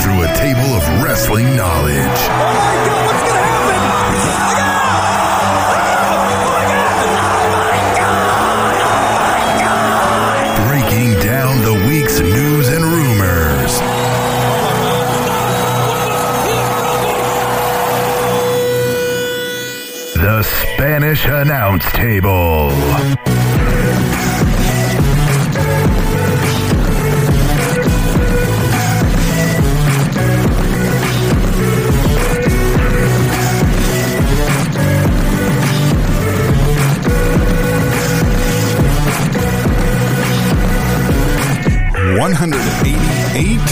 through a table of wrestling knowledge. Breaking down the week's news and rumors. The Spanish Announce Table. One hundred eighty-eight.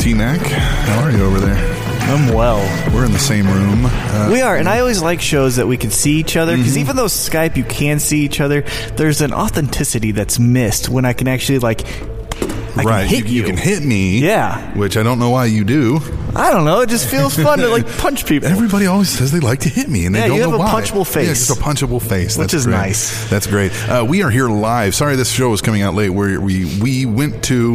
T Mac, how are you over there? I'm well. We're in the same room. Uh, Mm-hmm. We are, and I always like shows that we can see each other because even though Skype you can see each other, there's an authenticity that's missed when I can actually like, I right, can hit you, you can hit me. Yeah. which I don't know why you do. I don't know. It just feels fun to like punch people. Everybody always says they like to hit me, and they Yeah, don't you know have a why. punchable face. Yeah, just a punchable face, Which That's is great. nice. That's great. Uh, we are here live. Sorry, this show is coming out late. Where we we went to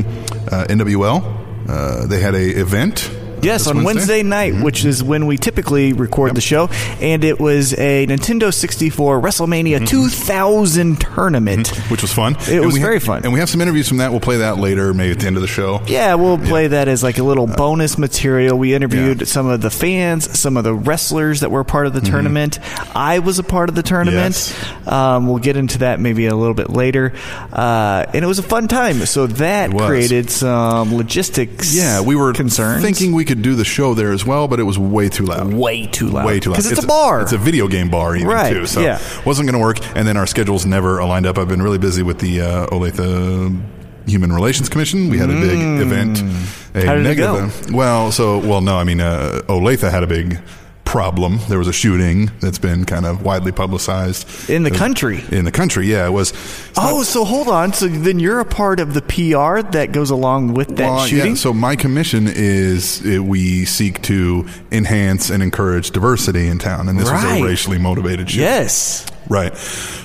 uh, NWL. Uh, they had a event. uh, Yes, this on Wednesday, night, Mm-hmm. which is when we typically record the show, and it was a Nintendo 64 WrestleMania 2000 tournament. Mm-hmm. which was fun. It was we ha- very fun. And we have some interviews from that. We'll play that later, maybe at the end of the show. Yeah, we'll play that as like a little bonus material. We interviewed Uh, Yeah. Mm-hmm. some of the fans, some of the wrestlers that were part of the tournament. I was a part of the tournament. Yes. Um, we'll get into that maybe a little bit later. Uh, and it was a fun time. So that It was. created some logistics. Yeah, we were concerns. thinking we could do the show there as well, but it was way too loud. way too loud. Way too loud. because it's, a bar. It's a video game bar, even Right, too. So yeah. wasn't going to work. And then our schedules never aligned up. I've been really busy with the uh, Olathe Human Relations Commission. We had a big event. A Mm. How did it negative go? event. Well, so well, no, I mean uh, Olathe had a big problem. There was a shooting that's been kind of widely publicized In the It was- country. In the country, yeah, it was. oh, so hold on. So then you're a part of the PR that goes along with that Well, shooting. Uh, Yeah, so my commission is uh, we seek to enhance and encourage diversity in town, and this was Right. a racially motivated shooting. yes. Right.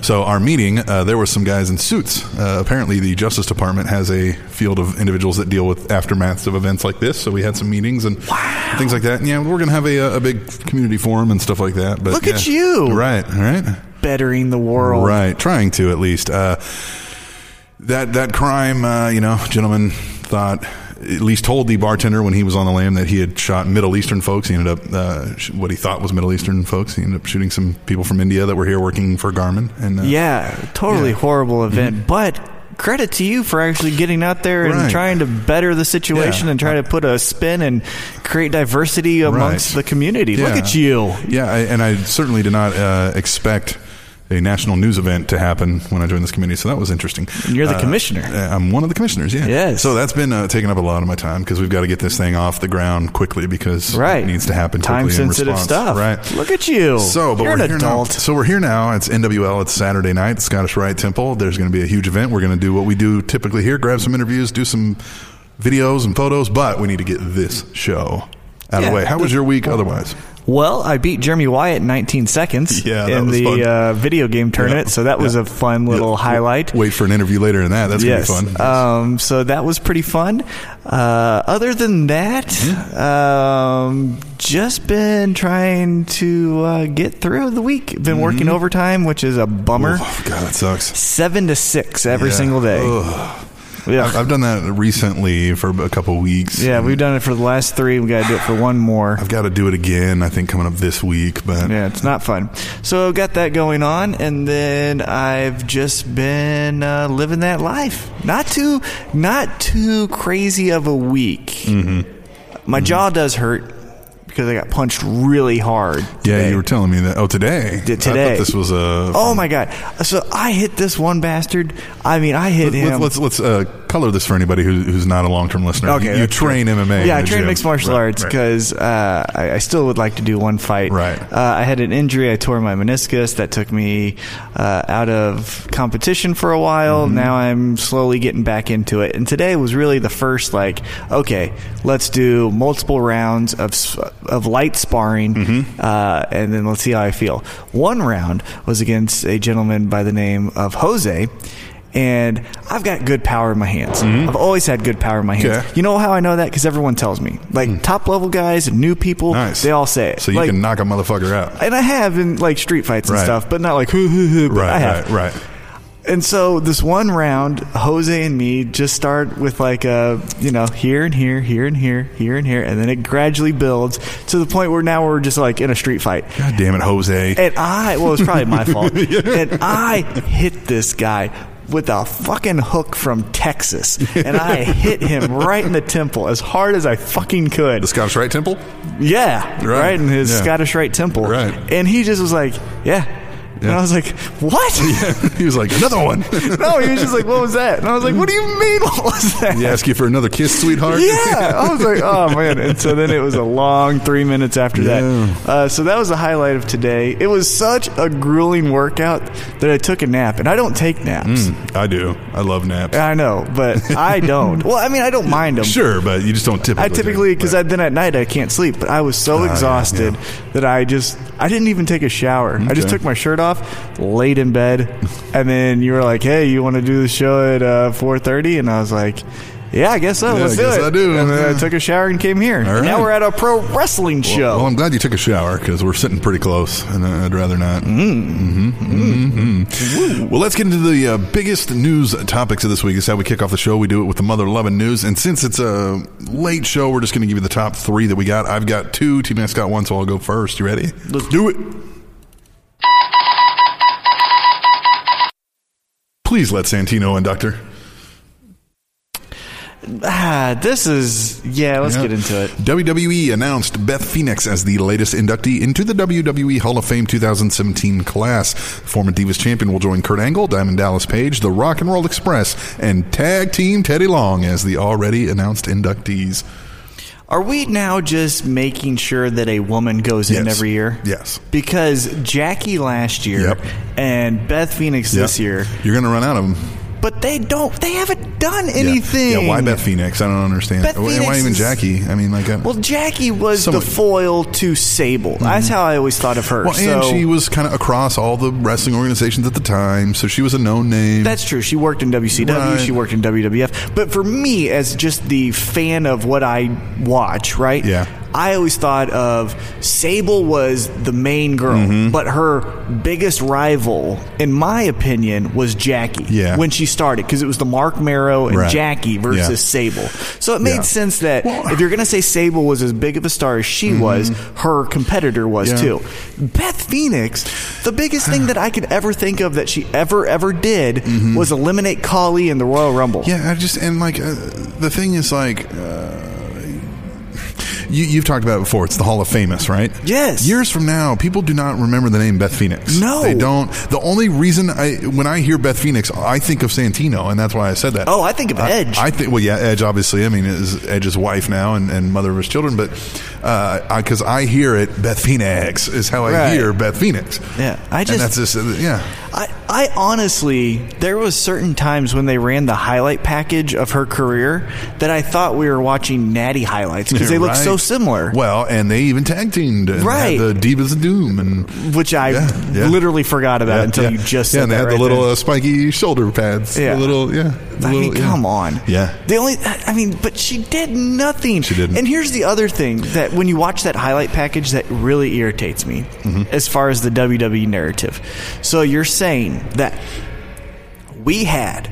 So our meeting, uh, there were some guys in suits. Uh, apparently, the Justice Department has a field of individuals that deal with aftermaths of events like this. So we had some meetings and things like that. And yeah, we're going to have a, uh, a big community forum and stuff like that. But Look at yeah. you. Right. All right. Bettering the world. Right, trying to at least. Uh, that that crime, uh, you know, gentleman thought at least told the bartender when he was on the lam that he had shot Middle Eastern folks. He ended up uh, sh- what he thought was Middle Eastern folks. He ended up shooting some people from India that were here working for Garmin. And uh, Yeah, totally Yeah. Mm-hmm. horrible event, but credit to you for actually getting out there and Right. trying to better the situation Yeah. and try to put a spin and create diversity amongst Right. the community. Look Yeah. at you. Yeah, I, and I certainly did not uh, expect a national news event to happen when I joined this committee, so that was interesting. And you're the commissioner. uh, I'm one of the commissioners, yeah. Yes. So that's been uh, taking up a lot of my time because we've got to get this thing off the ground quickly because Right. it needs to happen quickly Time in sensitive response. stuff. Right. Look at you. So, but you're we're an here adult. Now. So we're here now. It's NWL. It's Saturday night. Scottish Rite Temple. There's going to be a huge event. We're going to do what we do typically here: grab some interviews, do some videos and photos. But we need to get this show out of Yeah. the way. How was your week? Otherwise, Well, I beat Jeremy Wyatt in 19 seconds Yeah, that in was fun. the uh, video game tournament, Yeah. so that was Yeah. a fun little Yeah. highlight. Wait for an interview later in that. That's yes. gonna be fun. Um, so that was pretty fun. Uh, other than that, um, just been trying to uh, get through the week. Been Mm-hmm. working overtime, which is a bummer. oh God, that sucks. Seven to six every Yeah. single day. Ugh. Yeah. I've, I've done that recently for a couple weeks. yeah, we've done it for the last three. We got to do it for one more. I've got to do it again. I think coming up this week, but Yeah, it's not fun. So I've got that going on, and then I've just been uh, living that life. Not too, not too crazy of a week. Mm-hmm. My jaw does hurt because I got punched really hard. Yeah, today. you were telling me that. Oh, today. Did I today. thought this was a. Oh my god! So I hit this one bastard. I mean, I hit him. Let's let's, let's uh, color this for anybody who, who's not a long term listener. Okay, You- you, that's train MMA. yeah, in I the trained gym. mixed martial Right, arts right. 'cause arts because uh, I, I still would like to do one fight. Right. Uh, I had an injury. I tore my meniscus. That took me uh, out of competition for a while. Mm-hmm. Now I'm slowly getting back into it. And today was really the first like, okay, let's do multiple rounds of s- of light sparring, Mm-hmm. uh, and then let's see how I feel. One round was against a gentleman by the name of Jose. and I've got good power in my hands. I've always had good power in my hands. Mm-hmm. Okay. Mm. You know how I know that? Because everyone tells me. Like top level guys, new people, Nice. they all say it. So you Like, can knock a motherfucker out. and I have in like street fights and Right. stuff, but not like hoo hoo hoo. But I Right, have. right, right. And so this one round, Jose and me just start with like a you know here and here, here and here, here and here, and then it gradually builds to the point where now we're just like in a street fight. God damn it, Jose. And I, well, it's probably my fault. And I hit this guy with a fucking hook from Texas, and I hit him right in the temple as hard as I fucking could. The Scottish Rite Temple? Yeah, right, Right. in his Yeah. Scottish Rite Temple. Right. And he just was like, yeah. And Yeah. I was like, what? he was like, another one. no, he was just like, what was that? And I was like, what do you mean, what was that? He asked you for another kiss, sweetheart? Yeah, I was like, oh man! And so then it was a long three minutes after Yeah. that. Uh, so that was the highlight of today. It was such a grueling workout that I took a nap, and I don't take naps. I do. I love naps. I know, but I don't. well, I mean, I don't mind them. Sure, but you just don't typically. I typically do. because But- then at night I can't sleep. But I was so yeah, exhausted that I just I didn't even take a shower. I just Okay. took my shirt off, laid in bed, and then you were like, "Hey, you want to do the show at uh, 4.30? And I was like. Yeah, I guess so. Yeah, Let's I do guess it. I do. And then I Yeah. took a shower and came here. right. Now we're at a pro wrestling show. Well, I'm glad you took a shower because we're sitting pretty close, and I'd rather not. Mm. hmm Well, let's get into the uh, biggest news topics of this week. This is how we kick off the show. We do it with the mother loving news, and since it's a late show, we're just going to give you the top three that we got. I've got two. Team Matt's got one, so I'll go first. You ready? Let's do it. Please let Santino in, Doctor. Ah, this is yeah. Let's Yeah. get into it. WWE announced Beth Phoenix as the latest inductee into the WWE Hall of Fame 2017 class. Former Divas champion will join Kurt Angle, Diamond Dallas Page, The Rock and Roll Express, and tag team Teddy Long as the already announced inductees. Are we now just making sure that a woman goes in Yes. every year? Yes. Because Jackie last year Yep. and Beth Phoenix this Yeah. year, You're going to run out of them. but they don't. They haven't done Yeah. anything. Yeah, why Beth Phoenix? I don't understand. Beth why, Phoenix why even is- Jackie? I mean, like, uh, I, Well, Jackie was Someone- the foil to Sable. That's how I always thought of her. Mm-hmm. well, and so she was kind of across all the wrestling organizations at the time, so she was a known name. that's true. She worked in WCW. Right. She worked in WWF. But for me, as just the fan of what I watch, right? Yeah. I always thought of Sable was the main girl, Mm-hmm. but her biggest rival, in my opinion, was Jackie. Yeah. When she started, because it was the Mark Marrow and Right. Jackie versus Yeah. Sable. So it made Yeah. sense that Well- Mm-hmm. if you're going to say Sable was as big of a star as she was, her competitor was Yeah. too. Beth Phoenix, the biggest thing that I could ever think of that she ever ever did was eliminate Kali in the Royal Rumble. Mm-hmm. Yeah, I just and like uh, the thing is like. Uh, you, you've talked about it before. It's the Hall of Famous, right? Yes. Years from now, people do not remember the name Beth Phoenix. No. they don't. The only reason I, when I hear Beth Phoenix, I think of Santino, and that's why I said that. Oh, I think of I- Edge. I think. Well, yeah, Edge. Obviously, I mean, is Edge's wife now and, and mother of his children. But because I, hear it, Beth Phoenix is how I Right. hear Beth Phoenix. Yeah, I and just- that's just uh, yeah. I, I honestly, there was certain times when they ran the highlight package of her career that I thought we were watching Natty highlights because they look Right. so similar. Well, and they even tag teamed. and had Right. the Divas of Doom and Which I Yeah, yeah. literally forgot about Yeah, until yeah. you just said yeah, and they that had right the little then. uh, spiky shoulder pads. Yeah. the little yeah. the I little- mean, yeah. come on. Yeah. The only, I mean, but she did nothing. She didn't. And here's the other thing that when you watch that highlight package, that really irritates me Mm-hmm. as far as the WWE narrative. So you're saying that we had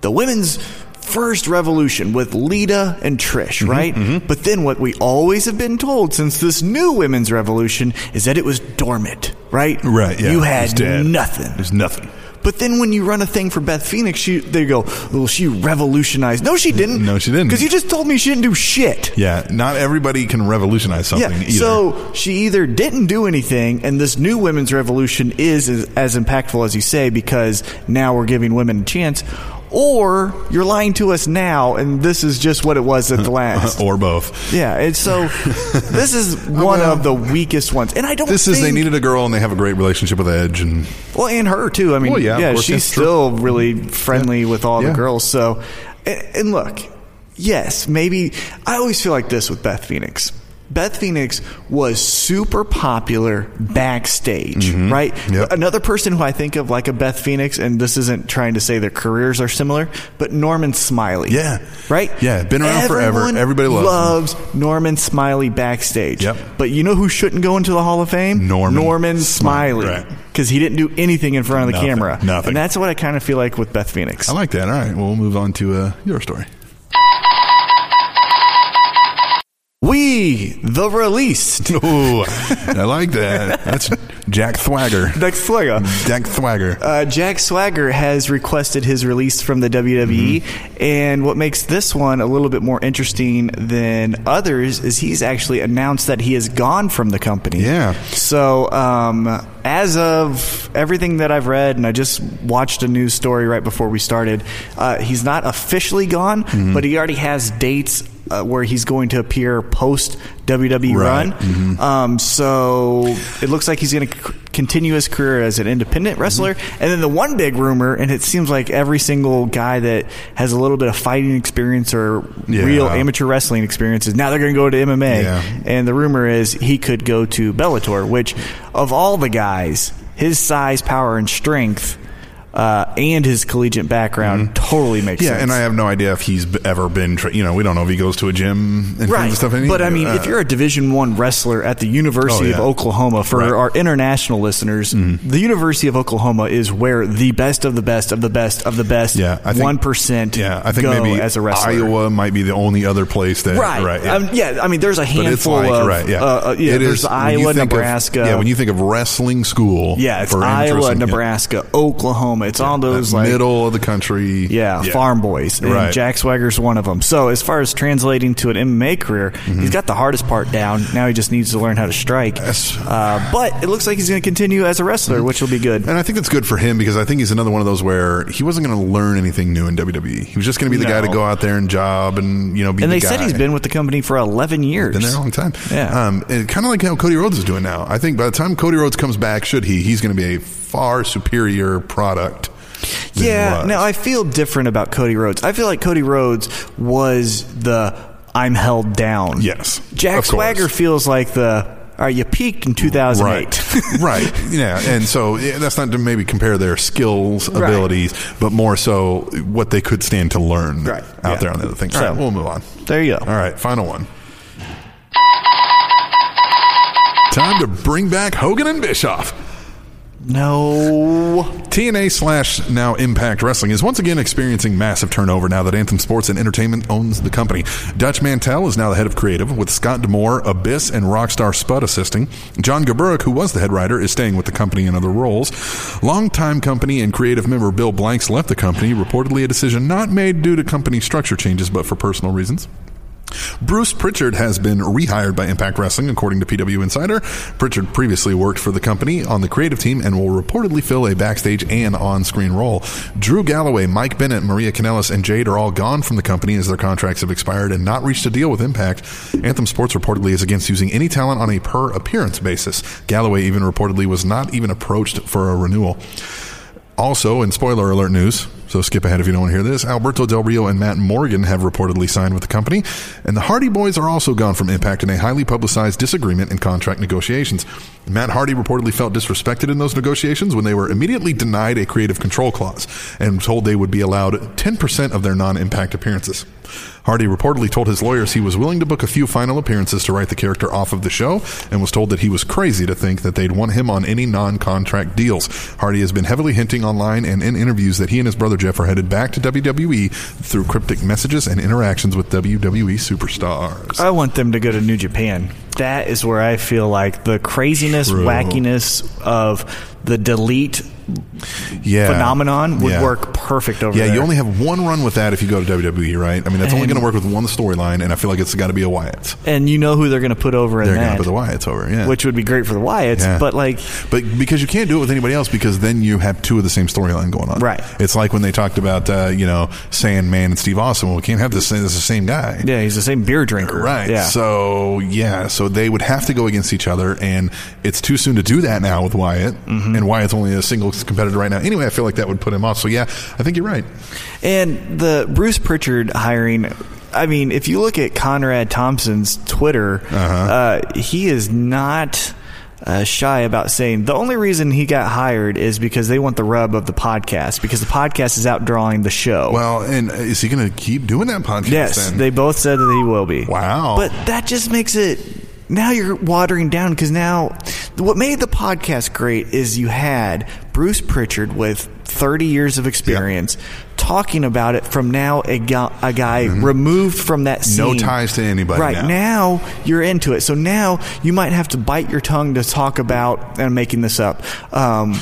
the women's first revolution with Lita and Trish, Mm-hmm, right? But then what we always have been told since this new women's revolution is that it was dormant, right? Right. Yeah. You It's had dead. nothing. There's nothing. But then when you run a thing for Beth Phoenix, she, they go, well, she revolutionized. No, she didn't. No, she didn't. Because you just told me she didn't do shit. Yeah, not everybody can revolutionize something Yeah. either. So she either didn't do anything, and this new women's revolution is as, as impactful as you say because now we're giving women a chance, or you're lying to us now, and this is just what it was at the last. or both. yeah. And so this is one well. of the weakest ones, and I don't. This is they think- needed a girl and they have a great relationship with Edge and Well, and her too. I mean, Well, yeah, yeah, of course, she's that's true. still really friendly with all Yeah. the girls. So, and, and look, yes, maybe I always feel like this with Beth Phoenix. Beth Phoenix was super popular backstage, right? Mm-hmm. Yep. Another person who I think of like a Beth Phoenix, and this isn't trying to say their careers are similar, but Norman Smiley. Yeah. Right? Yeah, been around forever. Everyone Everybody loves him. loves Norman Smiley backstage. Yep. But you know who shouldn't go into the Hall of Fame? Norman Norman Smiley, Smiley. right. Because he didn't do anything in front of the Nothing, camera. nothing. And that's what I kind of feel like with Beth Phoenix. I like that. All right. Well, we'll move on to uh, your story. we, the released. Ooh, I like that. That's Jack Thwagger. Next slugger. Jack Thwagger. Uh, Jack Swagger has requested his release from the WWE, Mm-hmm. and what makes this one a little bit more interesting than others is he's actually announced that he is gone from the company. Yeah. So, um, as of everything that I've read, and I just watched a news story right before we started, uh, he's not officially gone, Mm-hmm. but he already has dates. Uh, where he's going to appear post WWE Right. Mm-hmm. run, um, so it looks like he's going to c- continue his career as an independent wrestler. Mm-hmm. And then the one big rumor, and it seems like every single guy that has a little bit of fighting experience or Yeah. real amateur wrestling experience is now they're going to go to MMA. Yeah. And the rumor is he could go to Bellator, which of all the guys, his size, power, and strength. Uh, and his collegiate background totally makes Mm-hmm. yeah, sense. and I have no idea if he's b- ever been. Tra- you know, we don't know if he goes to a gym and right. finds stuff. But I mean, if you're a Division One wrestler at the University Oh, yeah. of Oklahoma, for Right. Mm-hmm. our international listeners, the University of Oklahoma is where the best of the best of the best of the best yeah, I think- one percent uh, Yeah, I think go maybe as a wrestler. Iowa might be the only other place that Right. right yeah. Um, yeah, I mean, there's a But it's handful like of right, yeah. Uh, uh, yeah It there's is- when you Iowa, think of- Nebraska. yeah, when you think of wrestling school, yeah, it's for Iowa, interesting- yeah, Nebraska, Oklahoma. It's all that those like middle of the country, yeah, farm boys. And Right. Jack Swagger's one of them. So as far as translating to an MMA career, Mm-hmm. he's got the hardest part down. Now he just needs to learn how to strike. Yes. Uh, but it looks like he's going to continue as a wrestler, which will be good. And I think that's good for him because I think he's another one of those where he wasn't going to learn anything new in WWE. He was just going to be the No. guy to go out there and job and you know be. And the they said guy. he's been with the company for 11 years. been there a long time. Yeah. um, and kind of like how Cody Rhodes is doing now. I think by the time Cody Rhodes comes back, should he, he's going to be a far superior product. than he Yeah. was. Now I feel different about Cody Rhodes. I feel like Cody Rhodes was the I'm held down. Yes, Jack of course. Swagger feels like the all right. You peaked in 2008. Right. right. Yeah. And so yeah, that's not to maybe compare their skills, Right. abilities, but more so what they could stand to learn Right. out Yeah. there on the other thing. All So- right, we'll move on. there you go. All right, final one. Time to bring back Hogan and Bischoff. No. TNA slash now Impact Wrestling is once again experiencing massive turnover now that Anthem Sports and Entertainment owns the company. Dutch Mantel is now the head of creative, with Scott Demore, Abyss, and Rockstar Spud assisting. John Gaburik, who was the head writer, is staying with the company in other roles. Longtime company and creative member Bill Blanks left the company, reportedly a decision not made due to company structure changes, but for personal reasons. Bruce Pritchard has been rehired by Impact Wrestling, according to PW Insider. Pritchard previously worked for the company on the creative team and will reportedly fill a backstage and on screen role. Drew Galloway, Mike Bennett, Maria Kanellis, and Jade are all gone from the company as their contracts have expired and not reached a deal with Impact. Anthem Sports reportedly is against using any talent on a per appearance basis. Galloway even reportedly was not even approached for a renewal. Also, in spoiler alert news, so skip ahead if you don't want to hear this, Alberto Del Rio and Matt Morgan have reportedly signed with the company, and the Hardy Boys are also gone from Impact in a highly publicized disagreement in contract negotiations. Matt Hardy reportedly felt disrespected in those negotiations when they were immediately denied a creative control clause and told they would be allowed 10% of their non impact appearances. Hardy reportedly told his lawyers he was willing to book a few final appearances to write the character off of the show and was told that he was crazy to think that they'd want him on any non contract deals. Hardy has been heavily hinting online and in interviews that he and his brother Jeff are headed back to WWE through cryptic messages and interactions with WWE superstars. I want them to go to New Japan. That is where I feel like the craziness, True. wackiness of the delete yeah. phenomenon would Yeah. work perfect over Yeah, there. you only have one run with that if you go to WWE, right? I mean, that's only And- going to work with one storyline, and I feel like it's got to be a Wyatt. and you know who they're going to put over in They're going to that, put the Wyatts over, yeah. which would be great for the Wyatts. Yeah. But like, But because you can't do it with anybody else, because then you have two of the same storyline going on. Right. It's like when they talked about uh, you know Sandman and Steve Austin. Well, we can't have this. It's the same guy. yeah, he's the same beer drinker, Right. Yeah. So yeah. So they would have to go against each other, and it's too soon to do that now with Wyatt. Mm-hmm. And Wyatt's only a single competitor right now. Anyway, I feel like that would put him off. So yeah, I think you're right. and the Bruce Pritchard hiring. I mean, if you look at Conrad Thompson's Twitter, uh he is not uh, shy about saying the only reason he got hired is because they want the rub of the podcast because the podcast is outdrawing the show. Well, and is he going to keep doing that podcast? yes, then? they both said that he will be. Wow. But that just makes it. Now you're watering down because now what made the podcast great is you had Bruce Pritchard with 30 years of experience talking about it from now a, gu- a guy removed from that scene. Mm-hmm. No ties to anybody Right. now. Now. you're into it. So now you might have to bite your tongue to talk about, and I'm making this up. Um,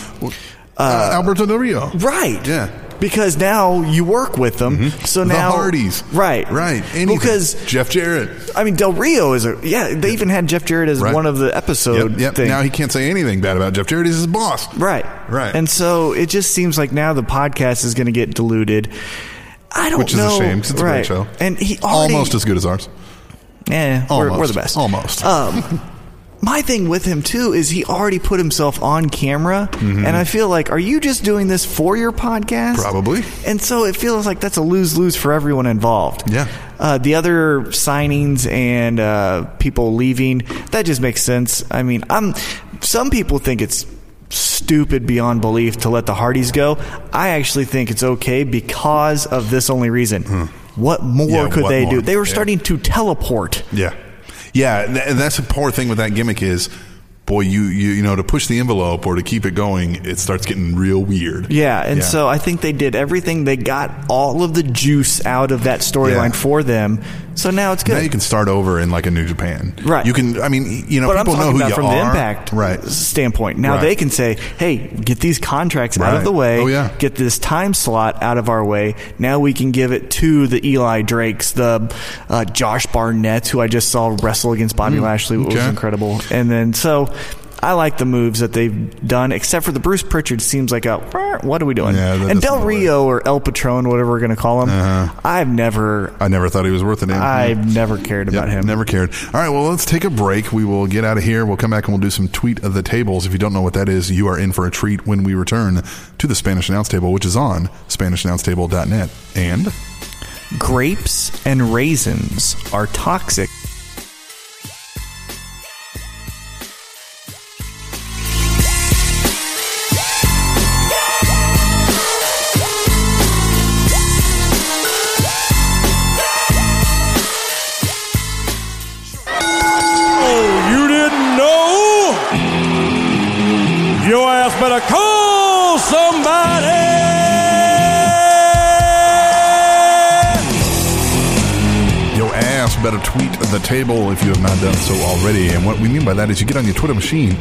Uh, Alberto Del Rio. Right. Yeah. Mm-hmm. Because now you work with them. So now the Hardys. Right. Right. Anything. Because Jeff Jarrett. I mean, Del Rio is a yeah. They even had Jeff Jarrett as Right. one of the episode Yep, yep. thing. Now he can't say anything bad about Jeff Jarrett. He's his boss. right, Right. and so it just seems like now the podcast is going to get diluted. I don't Which is know. a shame 'cause it's a right. great show. And he already, Almost as good as ours. yeah, we're, Almost. we're the best. Almost. Um, my thing with him too is he already put himself on camera, Mm-hmm. and I feel like, are you just doing this for your podcast? Probably. And so it feels like that's a lose lose for everyone involved. Yeah. Uh, the other signings and uh, people leaving that just makes sense. I mean, I'm some people think it's stupid beyond belief to let the Hardys go. I actually think it's okay because of this only reason. What more Hmm. Yeah, could what they more? do? They were Yeah. starting to teleport. Yeah, yeah, th- and that's the poor thing with that gimmick is, boy, you, you you know to push the envelope or to keep it going, it starts getting real weird. Yeah, and so I think they did everything. They got all of the juice out of that storyline Yeah. for them. So now it's now good. you can start over in like a New Japan. Right. You can. I mean, you know, but I'm people talking know who about you from are. the impact Right. standpoint. Now Right. they can say, "Hey, get these contracts out of Right. the way. Oh, yeah. Get this time slot out of our way. Now we can give it to the Eli Drakes, the uh, Josh Barnetts, who I just saw wrestle against Bobby Lashley, which was Mm. okay. incredible. And then so." I like the moves that they've done, except for the Bruce Pritchard seems like a "Wah, what are we doing? Yeah, that and doesn't Uh-huh. Del work. Rio or El Patron, whatever we're going to call him, I've never, I never thought he was worth a name. I've never cared Uh-huh. Yep, about him. Never cared. All right, well, let's take a break. We will get out of here. We'll come back and we'll do some tweet of the tables. If you don't know what that is, you are in for a treat when we return to the Spanish Announce Table, which is on SpanishAnnounceTable.net. And Grapes and raisins are toxic. You didn't know? Your ass better call somebody! Yo ass better tweet the table if you have not done so already. And what we mean by that is you get on your Twitter machine,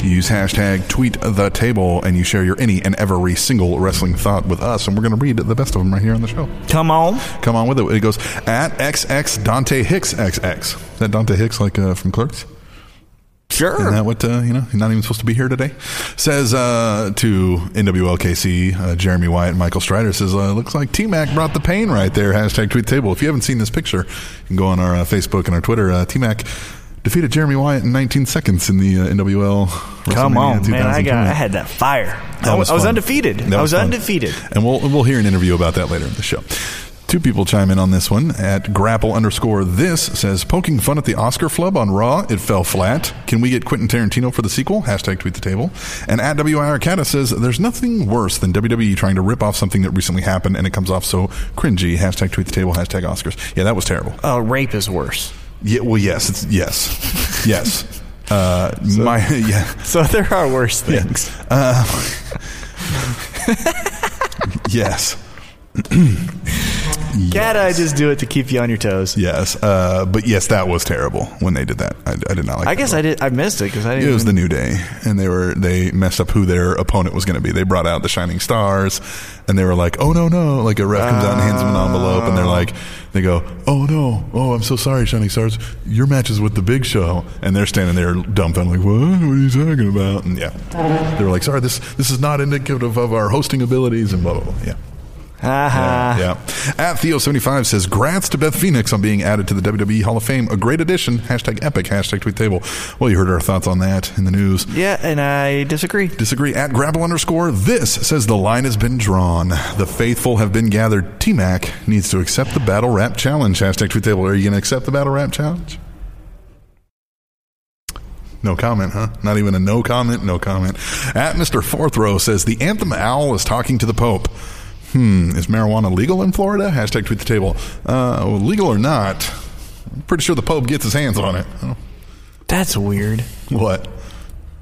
you use hashtag tweet the table, and you share your any and every single wrestling thought with us. And we're going to read the best of them right here on the show. Come on. Come on with it. It goes at XX Dante Hicks XX. Is that Dante Hicks like uh, from Clerks? Sure. Isn't that what, uh, you know, he's not even supposed to be here today? Says uh, to NWLKC, uh, Jeremy Wyatt and Michael Strider, says, uh, looks like T Mac brought the pain right there. Hashtag tweet the table. If you haven't seen this picture, you can go on our uh, Facebook and our Twitter. Uh, T Mac defeated Jeremy Wyatt in 19 seconds in the uh, NWL. Come WrestleMania on, man! I got, 2020. I had that fire. I was, I was fun. undefeated. That I was fun. undefeated. And we'll we'll hear an interview about that later in the show. Two people chime in on this one at grapple underscore this says poking fun at the Oscar flub on Raw. It fell flat. Can we get Quentin Tarantino for the sequel? Hashtag tweet the table. And at WIRCATA says there's nothing worse than WWE trying to rip off something that recently happened and it comes off so cringy. Hashtag tweet the table. Hashtag Oscars. Yeah, that was terrible. Uh, rape is worse. Yeah, well, yes, it's yes, yes. Uh, my yeah. So there are worse things. Yes. Cat, I just do it to keep you on your toes. Yes, uh, but yes, that was terrible when they did that. I, I did not like. I that guess at I did. I missed it because I all. didn't. It was the even- new day, and they were they messed up who their opponent was going to be. They brought out the shining stars, and they were like, "Oh no, no!" Like a ref comes out and hands them an envelope, and they're like, "They go, oh no, oh I'm so sorry, shining stars. Your match is with the Big Show," and they're standing there dumbfounded, like, "What? What are you talking about?" And yeah, they were like, "Sorry, this this is not indicative of our hosting abilities," and blah blah blah. Yeah, Ah, Aha. Yeah. At Theo75 says, Grats to Beth Phoenix on being added to the WWE Hall of Fame. A great addition. Hashtag epic. Hashtag tweet table. Well, you heard our thoughts on that in the news. Yeah, and I disagree. Disagree at Grapple underscore. This says the line has been drawn. The faithful have been gathered. T Mac needs to accept the battle rap challenge. Hashtag tweet table. Are you going to accept the battle rap challenge? No comment, huh? Not even a no comment, no comment. At Mr. Fourth Row says the anthem owl is talking to the Pope. Hmm, is marijuana legal in Florida? Hashtag tweet the table. Uh, legal or not, I'm pretty sure the Pope gets his hands on it. Oh, That's weird. What?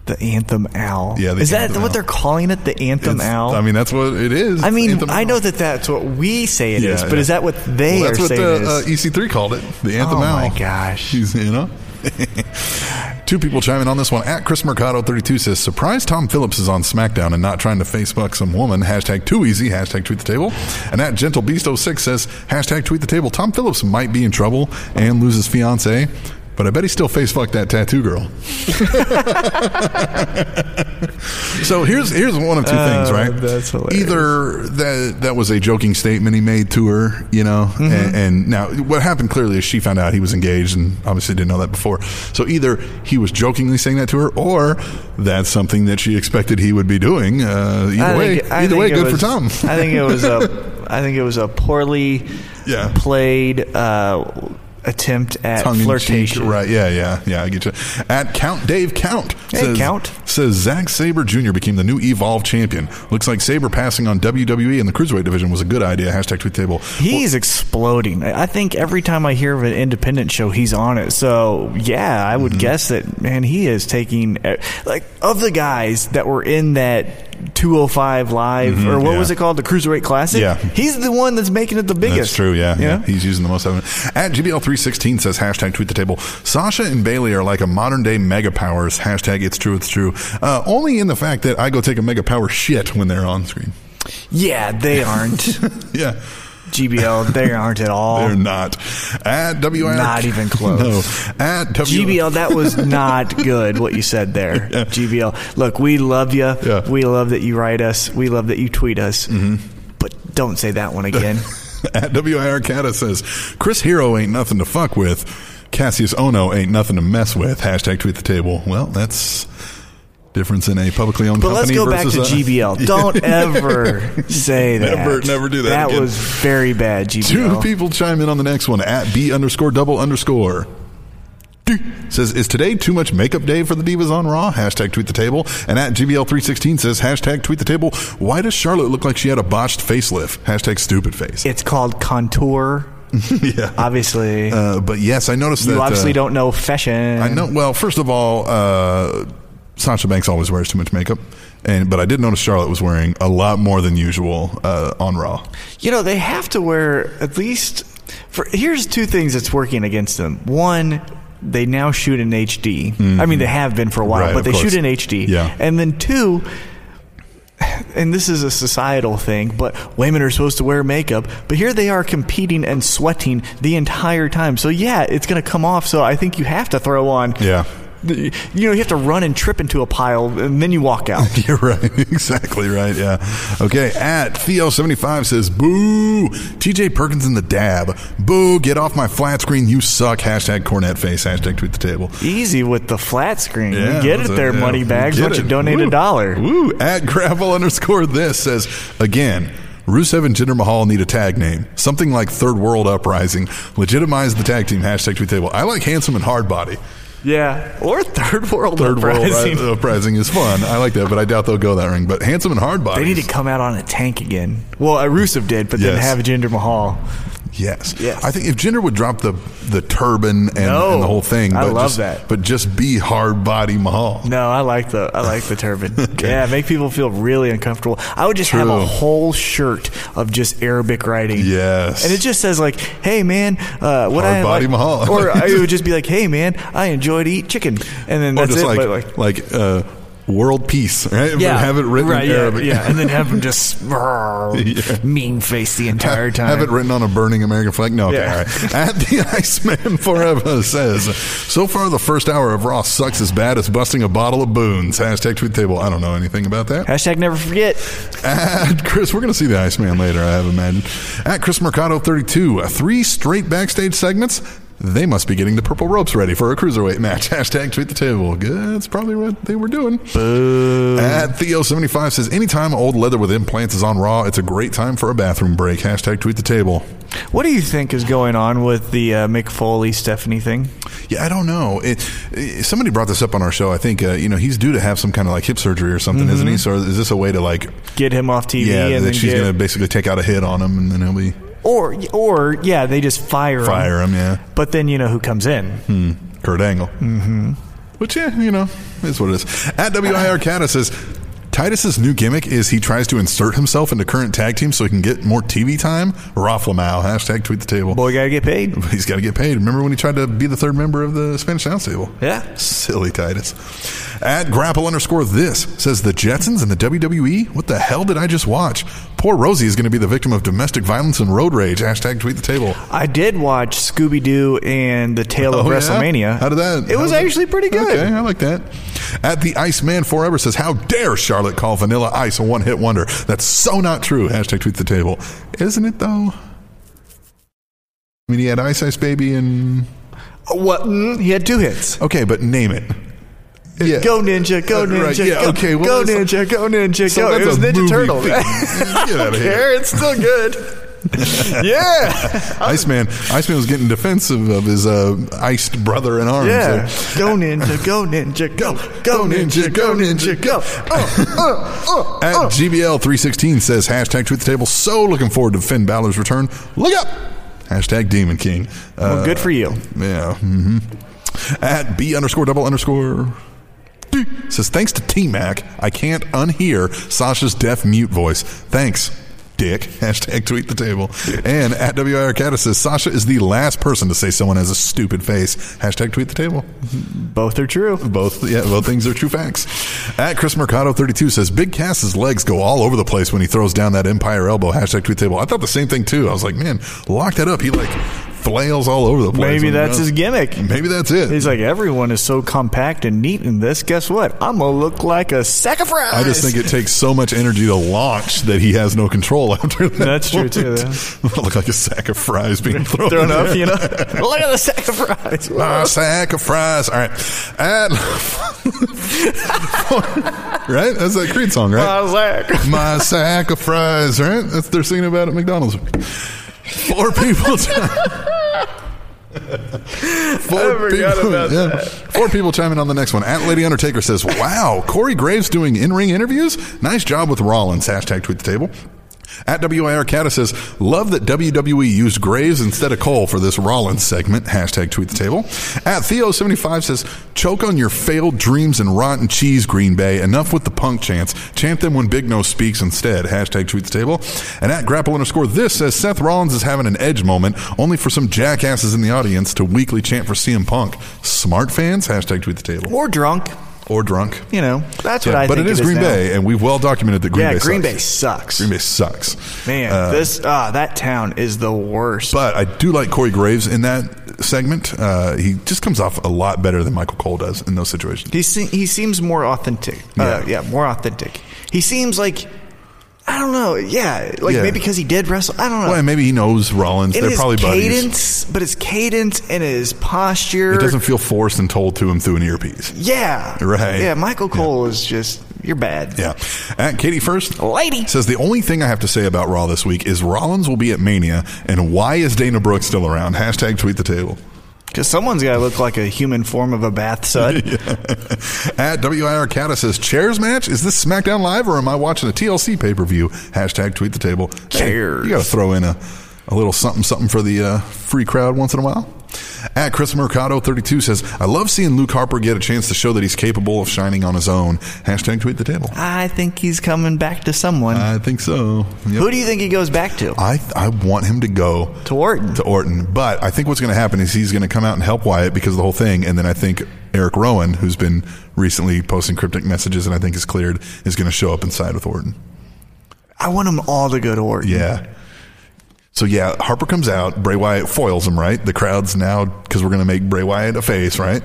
The anthem owl. Yeah, the is that anthem what owl. they're calling it? The anthem It's- owl. I mean, that's what it is. I It's mean, anthem I owl. know that that's what we say it is, Yeah, but yeah. is that what they Well, are that's what saying the it is? uh, EC3 called it. The anthem Oh owl. my gosh. He's, you know. Two people chiming on this one. At Chris Mercado 32 says, "Surprised Tom Phillips is on SmackDown and not trying to Facebook some woman." Hashtag too easy. Hashtag tweet the table. And at Gentle Beast 06 says, "Hashtag tweet the table." Tom Phillips might be in trouble and lose his fiance, but I bet he still face fucked that tattoo girl. So here's here's one of two things, right? Oh, that's hilarious. Either that that was a joking statement he made to her, you know, Mm-hmm. and, and now what happened clearly is she found out he was engaged and obviously didn't know that before. So either he was jokingly saying that to her, or that's something that she expected he would be doing. Uh, either I way, think- I either think way, it good for was- Tom. I think it was a, I think it was a poorly Yeah. played uh, attempt at Tongue in cheek, flirtation. right? Yeah, yeah, yeah. I get you. At Count Dave Count Hey, Count. says Zack Saber Jr. became the new Evolve champion. Looks like Saber passing on WWE and the cruiserweight division was a good idea. Hashtag tweet table. He's exploding. I I think every time I hear of an independent show, he's on it. So yeah, I would Mm-hmm. guess that man, he is taking eh, like of the guys that were in that 205 live or what Mm-hmm, yeah. was it called, the Cruiserweight Classic. Yeah. he's the one that's making it the biggest. That's true. Yeah, You yeah. know? He's using the most of it. At GBL316 says hashtag tweet the table. Sasha and Bailey are like a modern day mega powers. Hashtag it's true. It's true. Uh, only in the fact that I go take a mega power shit when they're on screen. yeah, they aren't Yeah. GBL. They aren't at all. They're not. At WIR. Not even close. No. At W- GBL, that was not good what you said there. GBL, look, we love you. Yeah. Mm-hmm. We love that you write us. We love that you tweet us. But don't say that one again. At WIR Cata says, Chris Hero ain't nothing to fuck with. Cassius Ono ain't nothing to mess with. Hashtag tweet the table. Well, that's difference in a publicly owned But let's company go back to versus a- GBL. Don't ever say that. Never- never do that That again. was very bad, Two GBL. people chime in on the next one at B underscore double underscore. D- Says, is today too much makeup day for the Divas on Raw? Hashtag tweet the table. And at GBL316 says, hashtag tweet the table. Why does Charlotte look like she had a botched facelift? Hashtag stupid face. It's called contour. yeah. Obviously, Uh, but yes, I noticed that. you obviously uh, don't know fashion. I know. Well, first of all, uh, Sasha Banks always wears too much makeup. And, but I did notice Charlotte was wearing a lot more than usual uh, on Raw. You know, they have to wear at least. For here's two things that's working against them. One, they now shoot in HD. I mean, they have been for a while, Mm-hmm. Right, but of they course. shoot in HD. Yeah. And then two, and this is a societal thing, but women are supposed to wear makeup, but here they are competing and sweating the entire time. So yeah, it's going to come off. So I think you have to throw on. Yeah. You know, you have to run and trip into a pile, and then you walk out. You're right. Exactly right. Yeah. Okay. At Theo75 says, boo. TJ Perkins in the dab. Boo. Get off my flat screen. You suck. Hashtag cornet face. Hashtag tweet the table. Easy with the flat screen. Yeah, we get that's it there, yeah, money bags. we Why get don't you it. donate Woo. a dollar? Woo. At gravel underscore this says, again, Rusev and Jinder Mahal need a tag name. Something like Third World Uprising. Legitimize the tag team. Hashtag tweet the table. I like handsome and hard body. Yeah, or third world Third uprising. World Oh, Ri- Uprising is fun. I like that, but I doubt they'll go that ring. But handsome and hard body. They need to come out on a tank again. Well, uh, Rusev did, but then Yes. have Jinder Mahal. Yes. Yes. I think if Jinder would drop the the turban and, No. and the whole thing, I but love just, that. But just be hard body Mahal. No, I like the I like the turban. Yeah, make people feel really uncomfortable. I would just have True. a whole shirt of just Arabic writing. Yes. and it just says like, "Hey man, uh, what Hard I body like, Mahal. or I- it would just be like, "Hey man, I enjoy to eat chicken," and then or that's just it. like but like, like uh, world peace, right? But Yeah, have it written right, in yeah, Arabic. yeah, and then have them just mean face the entire time. Have it written on a burning American flag? No, okay, Yeah. all right. At the Iceman Forever says, so far the first hour of Raw sucks as bad as busting a bottle of boons. Hashtag tweet table. I don't know anything about that. Hashtag never forget. At Chris, we're going to see the Iceman later, I have imagined. At Chris Mercado 32, uh, three straight backstage segments. They must be getting the purple ropes ready for a cruiserweight match. Hashtag tweet the table. Good, That's probably what they were doing. At Theo75 says, anytime old leather with implants is on Raw, it's a great time for a bathroom break. Hashtag tweet the table. What do you think is going on with the uh, Mick Foley Stephanie thing? Yeah, I don't know. It, it- somebody brought this up on our show. I think, uh, you know, he's due to have some kind of like hip surgery or something, isn't he? So is this a way to like, Get him off TV, Mm-hmm. yeah, and then that she's get, going to basically take out a hit on him and then he'll be or or yeah, they just fire him. fire him, Hmm. yeah. But then you know who comes in. Kurt Angle. Mm-hmm. Which, yeah, you know, is what it is. At WIR Cata says, Titus's new gimmick is he tries to insert himself into current tag teams so he can get more TV time. Rafflemow. Hashtag tweet the table. Boy, gotta get paid. He's got to get paid. Remember when he tried to be the third member of the Spanish Announce Table? Yeah. Silly Titus. At grapple underscore this says the Jetsons and the WWE? What the hell did I just watch? Poor Rosie is going to be the victim of domestic violence and road rage. Hashtag tweet the table. I did watch Scooby Doo and the Tale of Oh, yeah? WrestleMania. How did that? It how was did that- actually pretty good. Okay, I like that. At the Iceman Forever says, "How dare Charlotte call Vanilla Ice a one-hit wonder? That's so not true." Hashtag tweet the table, isn't it though? I mean, he had Ice Ice Baby and What? mm, He had two hits. okay, but name it. Yeah. Go ninja, go Uh, ninja, right, yeah, go, okay, well, go that's- ninja, go ninja, So go. that's It was a Ninja movie Turtle. thing. Get out of here. Care, it's still good. yeah, Iceman, Iceman was getting defensive of his uh, iced brother in arms. yeah. there. Go ninja, go ninja, go, go ninja, go ninja, go. Uh, At GBL316 says hashtag tweet the table. So looking forward to Finn Balor's return. Look up. Hashtag Demon King. Uh, Well, good for you. yeah. hmm At B underscore double underscore. D Says thanks to T Mac, I can't unhear Sasha's deaf mute voice. Thanks, Dick. Hashtag tweet the table. And at WIR Cata says Sasha is the last person to say someone has a stupid face. Hashtag tweet the table. Both are true. Both, yeah, both things are true facts. At Chris Mercado thirty two says Big Cass's legs go all over the place when he throws down that Empire elbow. Hashtag tweet table. I thought the same thing too. I was like, man, lock that up. He like flails all over the place. Maybe when he that's does. his gimmick. Maybe that's it. He's like, everyone is so compact and neat in this. Guess what? I'm gonna look like a sack of fries. I just think it takes so much energy to launch that he has no control after that. That's true, too, I look like a sack of fries being thrown, thrown in up. there. You know, look at the sack of fries. My sack of fries. All right. At, right? That's that Creed song, right? My sack. My sack of fries, right? That's they're singing about at McDonald's. Four people. Four I forgot about that. Four people chiming on the next one. At Lady Undertaker says, "Wow, Corey Graves doing in-ring interviews. Nice job with Rollins." Hashtag tweet the table. At WIR Cata says, love that WWE used Graves instead of Cole for this Rollins segment. Hashtag tweet the table. At Theo75 says, choke on your failed dreams and rotten cheese, Green Bay. Enough with the punk chants. Chant them when Big Nose speaks instead. Hashtag tweet the table. And at grapple underscore this says, Seth Rollins is having an edge moment only for some jackasses in the audience to weekly chant for CM Punk. Smart fans? Hashtag tweet the table. Or drunk. Or drunk. You know, that's what Yeah, I but think. it is Green now. Bay, and we've well documented that Green yeah, Bay Green sucks. Bay sucks. Green Bay sucks. Man, Uh, this ah, that town is the worst. But I do like Corey Graves in that segment. Uh, he just comes off a lot better than Michael Cole does in those situations. he se- he seems more authentic. Uh, yeah, more authentic. He seems like I don't know. Yeah, like Yeah. maybe because he did wrestle. I don't know. Well, and maybe he knows Rollins. And They're his probably buddies. cadence, but his cadence and his posture. It doesn't feel forced and told to him through an earpiece. Yeah. Right. Yeah, Michael Cole is just you're bad. Yeah. At Katie First Lady. says the only thing I have to say about Raw this week is Rollins will be at Mania, and why is Dana Brooke still around? Hashtag tweet the table. Because someone's got to look like a human form of a bath sud. At WIR Cata says chairs match. Is this SmackDown Live or am I watching a TLC pay per view? Hashtag tweet the table. Hey, Chairs. you got to throw in a, a little something something for the uh, free crowd once in a while. At Chris Mercado 32 says, I love seeing Luke Harper get a chance to show that he's capable of shining on his own. Hashtag tweet the table. I think he's coming back to someone. I think so. Yep. Who do you think he goes back to? I, I want him to go to Orton. to Orton. But I think what's going to happen is he's going to come out and help Wyatt because of the whole thing. And then I think Eric Rowan, who's been recently posting cryptic messages and I think is cleared, is going to show up and side with Orton. I want them all to go to Orton. Yeah. So yeah, Harper comes out. Bray Wyatt foils him, right? The crowd's now because we're going to make Bray Wyatt a face, right?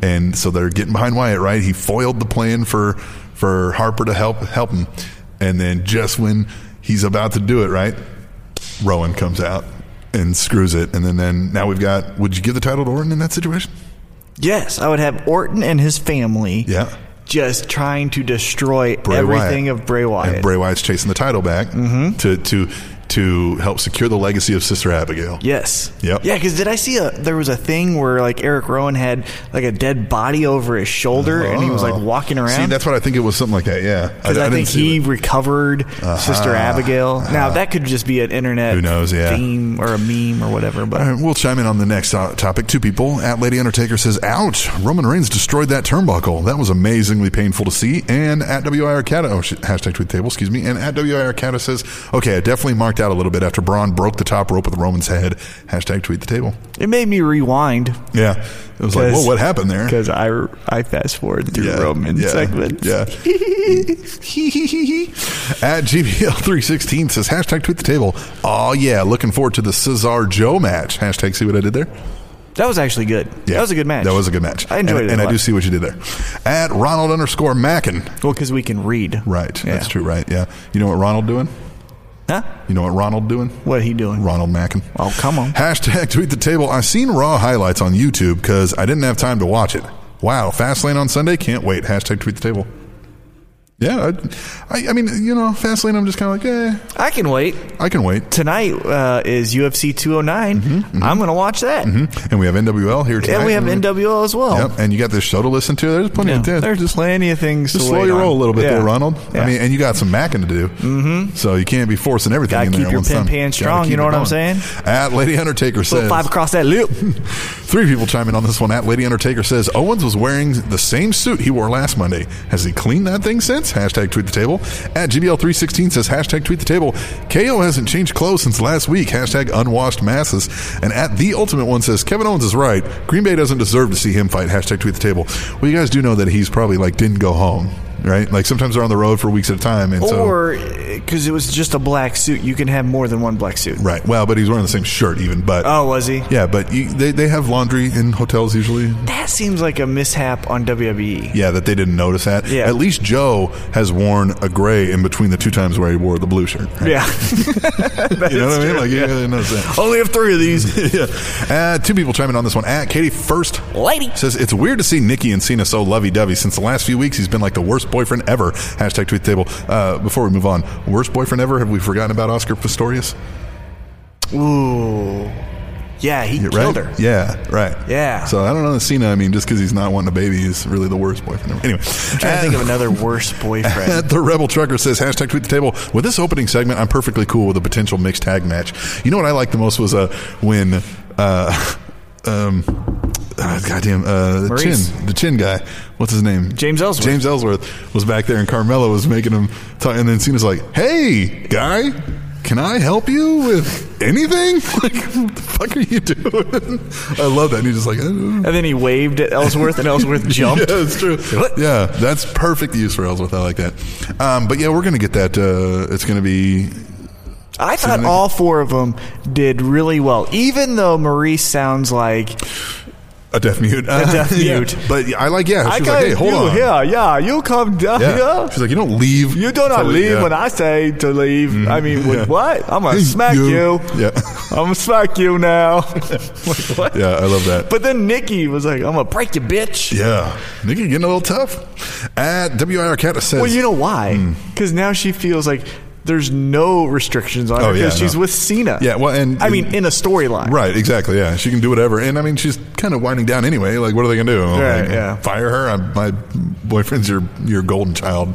And so they're getting behind Wyatt, right? He foiled the plan for for Harper to help help him, and then just when he's about to do it, right? Rowan comes out and screws it, and then then now we've got. Would you give the title to Orton in that situation? Yes, I would have Orton and his family. Yeah. Just trying to destroy everything Wyatt. of Bray Wyatt. Mm-hmm. And Bray Wyatt's chasing the title back to to to help secure the legacy of Sister Abigail. Yes. Yep. Yeah, because did I see a? There was a thing where like Eric Rowan had like a dead body over his shoulder, and he was like Oh. walking around. See, that's what I think it was something like that. Yeah, because I, didn't think see he it. recovered Sister Abigail. Now that could just be an internet Who knows, yeah. theme or a meme or whatever. But All right, we'll chime in on the next uh, topic. Two people at Lady Undertaker says, "Ouch! Roman Reigns destroyed that turnbuckle. That was amazingly painful to see." And at WIRCata, oh, sh- hashtag tweet table, excuse me. And at WIRCata says, "Okay, I definitely marked out a little bit after Braun broke the top rope with Roman's head." Hashtag tweet the table. it made me rewind Yeah, it was like, 'Cause- "Whoa, what happened there?" because I I fast forward through Yeah, Roman yeah, segments. Yeah. At GBL316 says hashtag tweet the table. Oh yeah, looking forward to the Cesar Joe match. Hashtag see what I did there. That was actually good. Yeah, That was a good match. That was a good match. I enjoyed and, it. and a I do lot. see what you did there. At Ronald underscore Mackin. Well, because we can read. Right, Yeah. that's true. Right, yeah. You know what Ronald doing? Huh? You know what Ronald doing? What he doing? Ronald Mackin. Oh, come on. Hashtag tweet the table. I seen Raw highlights on YouTube because I didn't have time to watch it. Wow, Fastlane on Sunday. Can't wait. Hashtag tweet the table. Yeah, I, I, I mean, you know, Fastlane. I'm just kind of like, eh, I can wait. I can wait. Tonight uh, is UFC 209. Mm-hmm, I'm going to watch that. And we have NWL here tonight. And we have Mm. NWO as well. Mm-hmm. Yep, and you got this show to listen to. There's plenty Yeah, of there. there's Just, just plenty of things just to slow wait your on. roll a little bit Yeah. there, Ronald. Yeah. I mean, and you got some macking to do. Mm-hmm. So you can't be forcing everything Gotta in there keep at your one pin time. pan Gotta strong, you keep know it what I'm going. saying? At Lady Undertaker Little says. five across that loop. Three people chiming on this one at Lady Undertaker says Owens was wearing the same suit he wore last Monday. Has he cleaned that thing since? Hashtag tweet the table. At GBL316 says hashtag tweet the table. KO hasn't changed clothes since last week. Hashtag unwashed masses. And at the ultimate one says Kevin Owens is right. Green Bay doesn't deserve to see him fight. Hashtag tweet the table. Well, you guys do know that he's probably like didn't go home, right? Like sometimes they're on the road for weeks at a time, and so or because it was just a black suit, you can have more than one black suit. right. Well, but he's wearing the same shirt even. But Oh, was he? yeah, but you, they they have laundry in hotels usually. That seems like a mishap on E. WWE. Yeah, that they didn't notice that. Yeah. At least Joe has worn a gray in between the two times where he wore the blue shirt. right? Yeah. you know what I mean? Like, yeah, they notice that. Only have three of these. yeah. Uh, two people chiming on this one. At Katie First Lady. says, It's weird to see Nikki and Cena so lovey dovey. Since the last few weeks, he's been like the worst boyfriend ever. Hashtag tweet the table. Uh, before we move on, worst boyfriend ever? Have we forgotten about Oscar Pistorius? Ooh. Yeah, he Right? killed her. Yeah, right. Yeah. So I don't know Cena. I mean, just because he's not wanting a baby, he's really the worst boyfriend ever. Anyway. I'm trying to think of another worse boyfriend. At the Rebel Trucker says, hashtag tweet the table. With this opening segment, I'm perfectly cool with a potential mixed tag match. You know what I liked the most was uh, when, uh, um, uh, goddamn, uh, the Maurice. chin, the chin guy. What's his name? James Ellsworth. James Ellsworth was back there and Carmella was making him talk. And then Cena's like, hey, guy, can I help you with anything? Like, what the fuck are you doing? I love that. And he's just like, "Uh, and then he waved at Ellsworth, and Ellsworth jumped. yeah, it's true. Yeah, that's perfect use for Ellsworth. I like that. Um, but yeah, we're going to get that. Uh, it's going to be. I thought Cinnamon. all four of them did really well, even though Maurice sounds like A deaf mute. A deaf mute. But I like, yeah. She was like, hey, hold you on. here, yeah, you come down Yeah. here. She's like, you don't leave. You do not until we- leave yeah. Mm-hmm. when I say to leave. I mean, with Yeah. what? I'm gonna Hey, smack you. Yeah. I'm gonna smack you now. Like, what? yeah, I love that. But then Nikki was like, "I'm gonna break you, bitch." yeah. Nikki getting a little tough. At WIR Cat says. Hmm. Well, you know why? Because now she feels like there's no restrictions on Oh, her because yeah, she's no. with Cena. Yeah, well, and- I mean, in a storyline, Right, exactly. Yeah, she can do whatever, and I mean, she's kind of winding down anyway. Like, what are they gonna do? Right, Like, yeah. fire her. I'm, my boyfriend's your your golden child.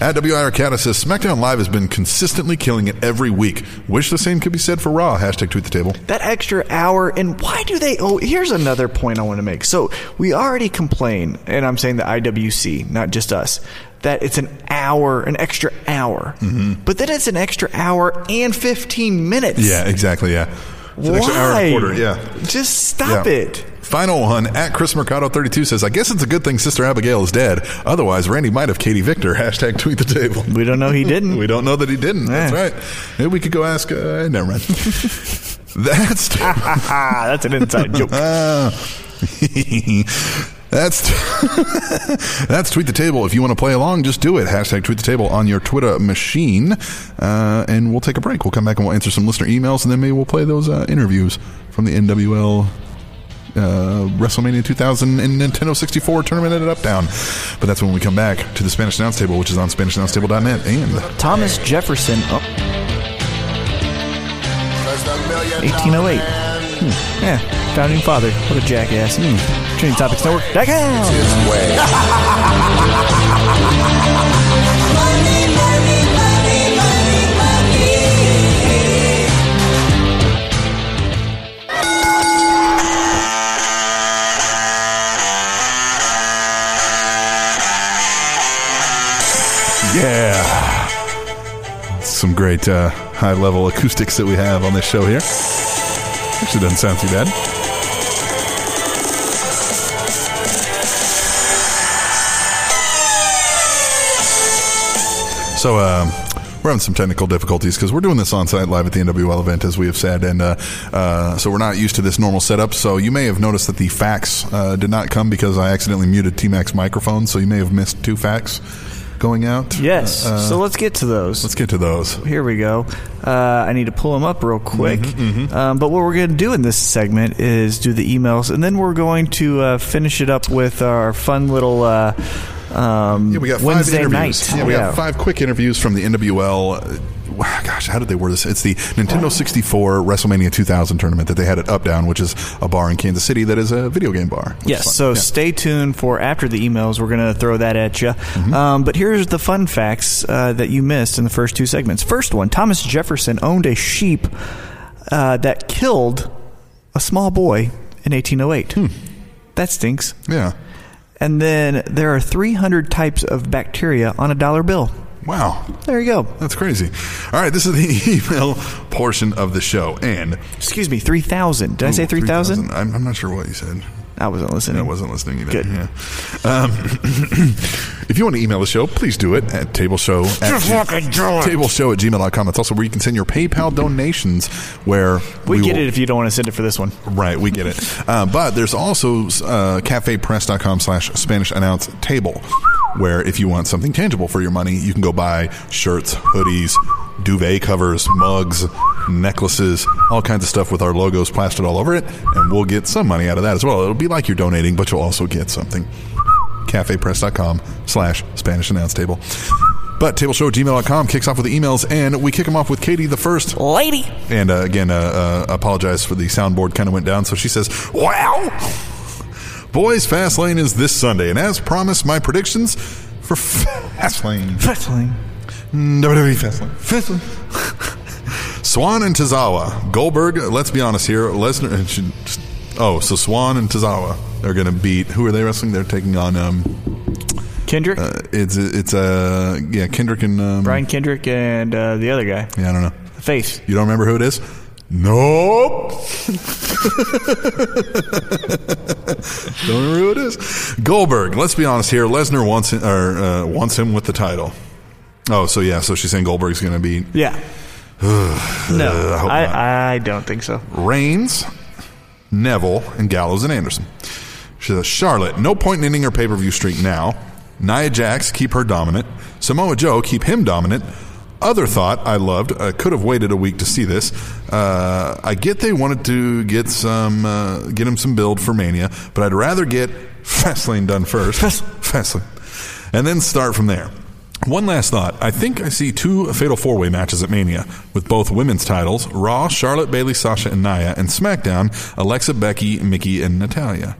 At WIR Cata says SmackDown Live has been consistently killing it every week. Wish the same could be said for Raw. Hashtag tweet the table. that extra hour and why do they oh here's another point i want to make so we already complain and i'm saying the iwc not just us that it's an hour an extra hour Mm-hmm. but then it's an extra hour and 15 minutes Yeah, exactly. Yeah. It's an why extra hour and a quarter. Yeah. just stop Yeah. it Final one at Chris Mercado thirty two says, "I guess it's a good thing Sister Abigail is dead. Otherwise, Randy might have Katie Victor." Hashtag tweet the table. we don't know he didn't We don't know that he didn't. That's Yeah. right. Maybe we could go ask. Uh, never mind. That's ah that's an inside joke Ah. That's that's tweet the table. If you want to play along, just do it. Hashtag tweet the table on your Twitter machine, uh, and we'll take a break. We'll come back and we'll answer some listener emails, and then maybe we'll play those uh, interviews from the NWL uh, WrestleMania 2000 and Nintendo 64 tournament at Up Down. But that's when we come back to the Spanish Announce Table, which is on SpanishAnnounceTable.net. And thomas jefferson oh, 1808 Hmm. yeah founding father what a jackass hmm. training topics network yeah, some great uh, high level acoustics that we have on this show here. Actually, doesn't sound too bad. So um, we're having some technical difficulties because we're doing this on site live at the NWL event, as we have said, and uh, uh, so we're not used to this normal setup. So you may have noticed that the fax uh, did not come because I accidentally muted T Mac's microphone, so you may have missed two fax going out. Yes. Uh, uh, so let's get to those. let's get to those. Here we go. Uh, I need to pull them up real quick. Mm-hmm, Um, but what we're going to do in this segment is do the emails, and then we're going to uh, finish it up with our fun little. Uh, um, Yeah, we got five Wednesday interviews. night. Yeah, we got five quick interviews from the NWL. uh, wow, Gosh, how did they word this? It's the Nintendo 64 WrestleMania 2000 tournament that they had at Up Down, which is a bar in Kansas City that is a video game bar. which is Yes, fun. so Yeah. stay tuned for after the emails. We're going to throw that at you. Mm-hmm. Um, but here's the fun facts uh, that you missed in the first two segments. First one Thomas Jefferson owned a sheep uh, that killed a small boy in 1808. Hmm. That stinks. yeah. And then there are 300 types of bacteria on a dollar bill. Wow. There you go. That's crazy. All right, this is the email portion of the show. And Excuse me, 3,000. Did I say 3,000? I'm, I'm not sure what you said. I wasn't listening. I wasn't listening either. Good. Yeah. Um, if you want to email the show, please do it at tableshow at, Just fucking do it. tableshow at gmail.com. That's also where you can send your PayPal donations where We, get will- it if you don't want to send it for this one. Right, we get it. Uh, but there's also uh, cafepress.com slash Spanish announce table, where if you want something tangible for your money, you can go buy shirts, hoodies, duvet covers, mugs, necklaces, all kinds of stuff with our logos plastered all over it, and we'll get some money out of that as well. It'll be like you're donating, but you'll also get something. cafepress.com slash Spanish announce table. But tableshow at gmail.com kicks off with the emails, and we kick them off with Katie the first. Lady. And uh, again, uh, uh, apologize for the soundboard kind of went down. So she says, "Wow, boys, Fastlane is this Sunday, and as promised, my predictions for Fastlane, WWE Fastlane, Fastlane, E Swan and Tazawa, Goldberg. Let's be honest here, Lesnar. And she, oh, so Swan and Tazawa are going to beat. Who are they wrestling? They're taking on. Um, Kendrick. uh, it's it's uh, yeah, Kendrick and um, Brian Kendrick and uh, the other guy. Yeah, I don't know. Faith. You don't remember who it is? Nope. don't remember who it is. Goldberg. Let's be honest here. Lesnar wants him, or, uh, wants him with the title. Oh, so yeah. So she's saying Goldberg's going to be Yeah. no, I hope not. I, I don't think so. Reigns, Neville, and Gallows and Anderson. She says, Charlotte, no point in ending her pay per view streak now. Nia Jax, keep her dominant. Samoa Joe, keep him dominant. Other thought I loved, uh, could have waited a week to see this. Uh, I get they wanted to get some, uh, get him some build for Mania, but I'd rather get Fastlane done first. Fastlane. And then start from there. One last thought. I think I see two fatal four way matches at Mania with both women's titles Raw, Charlotte, Bailey, Sasha, and Naya, and SmackDown, Alexa, Becky, Mickey, and Natalia.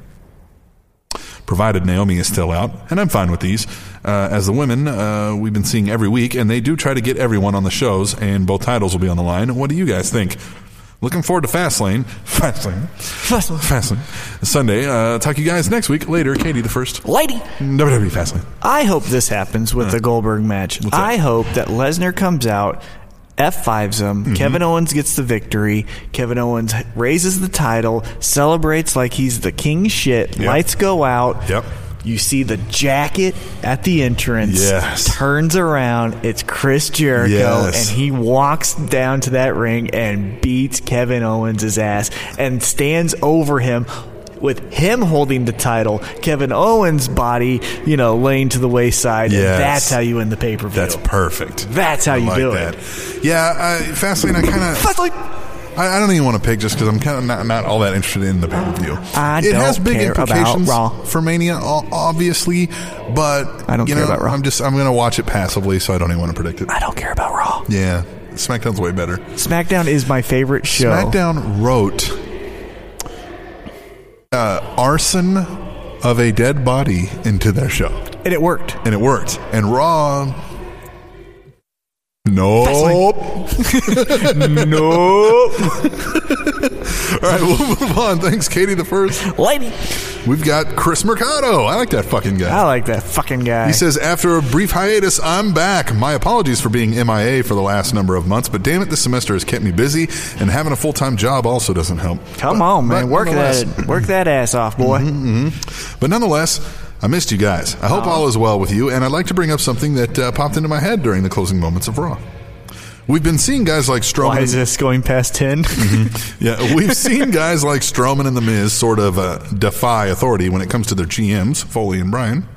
Provided Naomi is still out, and I'm fine with these. Uh, as the women, uh, we've been seeing every week, and they do try to get everyone on the shows, and both titles will be on the line. What do you guys think? Looking forward to Fastlane. Fastlane. Fastlane. Fastlane. Sunday. Uh, talk to you guys next week. Later, Katie the first. Lady. WWE Fastlane. I hope this happens with the Goldberg match. that? I hope that Lesnar comes out, F5s him, Mm-hmm. Kevin Owens gets the victory, Kevin Owens raises the title, celebrates like he's the king shit, Yep. lights go out. Yep. You see the jacket at the entrance, Yes. turns around, it's Chris Jericho, Yes. and he walks down to that ring and beats Kevin Owens' ass and stands over him with him holding the title, Kevin Owens' body, you know, laying to the wayside. and Yes. that's how you win the pay per view. That's perfect. That's how I you like do that. it. Yeah, I, Fastlane. I kind of. That's like, I, I don't even want to pick just because I'm kind of not, not all that interested in the pay per view. I It don't has big care about implications Raw. for Mania, o- obviously, but I don't you care know, about Raw. I'm just I'm going to watch it passively, so I don't even want to predict it. I don't care about Raw. Yeah, SmackDown's way better. SmackDown is my favorite show. SmackDown wrote uh, arson of a dead body into their show. And it worked. and it worked. And Raw. Nope. Nope. All right, we'll move on. Thanks, Katie the first. Lady. Oh, We've got Chris Mercado. I like that fucking guy. I like that fucking guy. He says, after a brief hiatus, I'm back. My apologies for being MIA for the last number of months, but damn it, this semester has kept me busy, and having a full time job also doesn't help. Come But- on, man. but Work nonetheless- Mm-hmm. that, work that ass off, boy. But nonetheless, I missed you guys. I hope all is well with you, and I'd like to bring up something that uh, popped into my head during the closing moments of Raw. We've been seeing guys like Strowman. Why and- is this going past 10? Mm-hmm. Yeah, we've seen guys like Strowman and The Miz sort of uh, defy authority when it comes to their GMs, Foley and Bryan.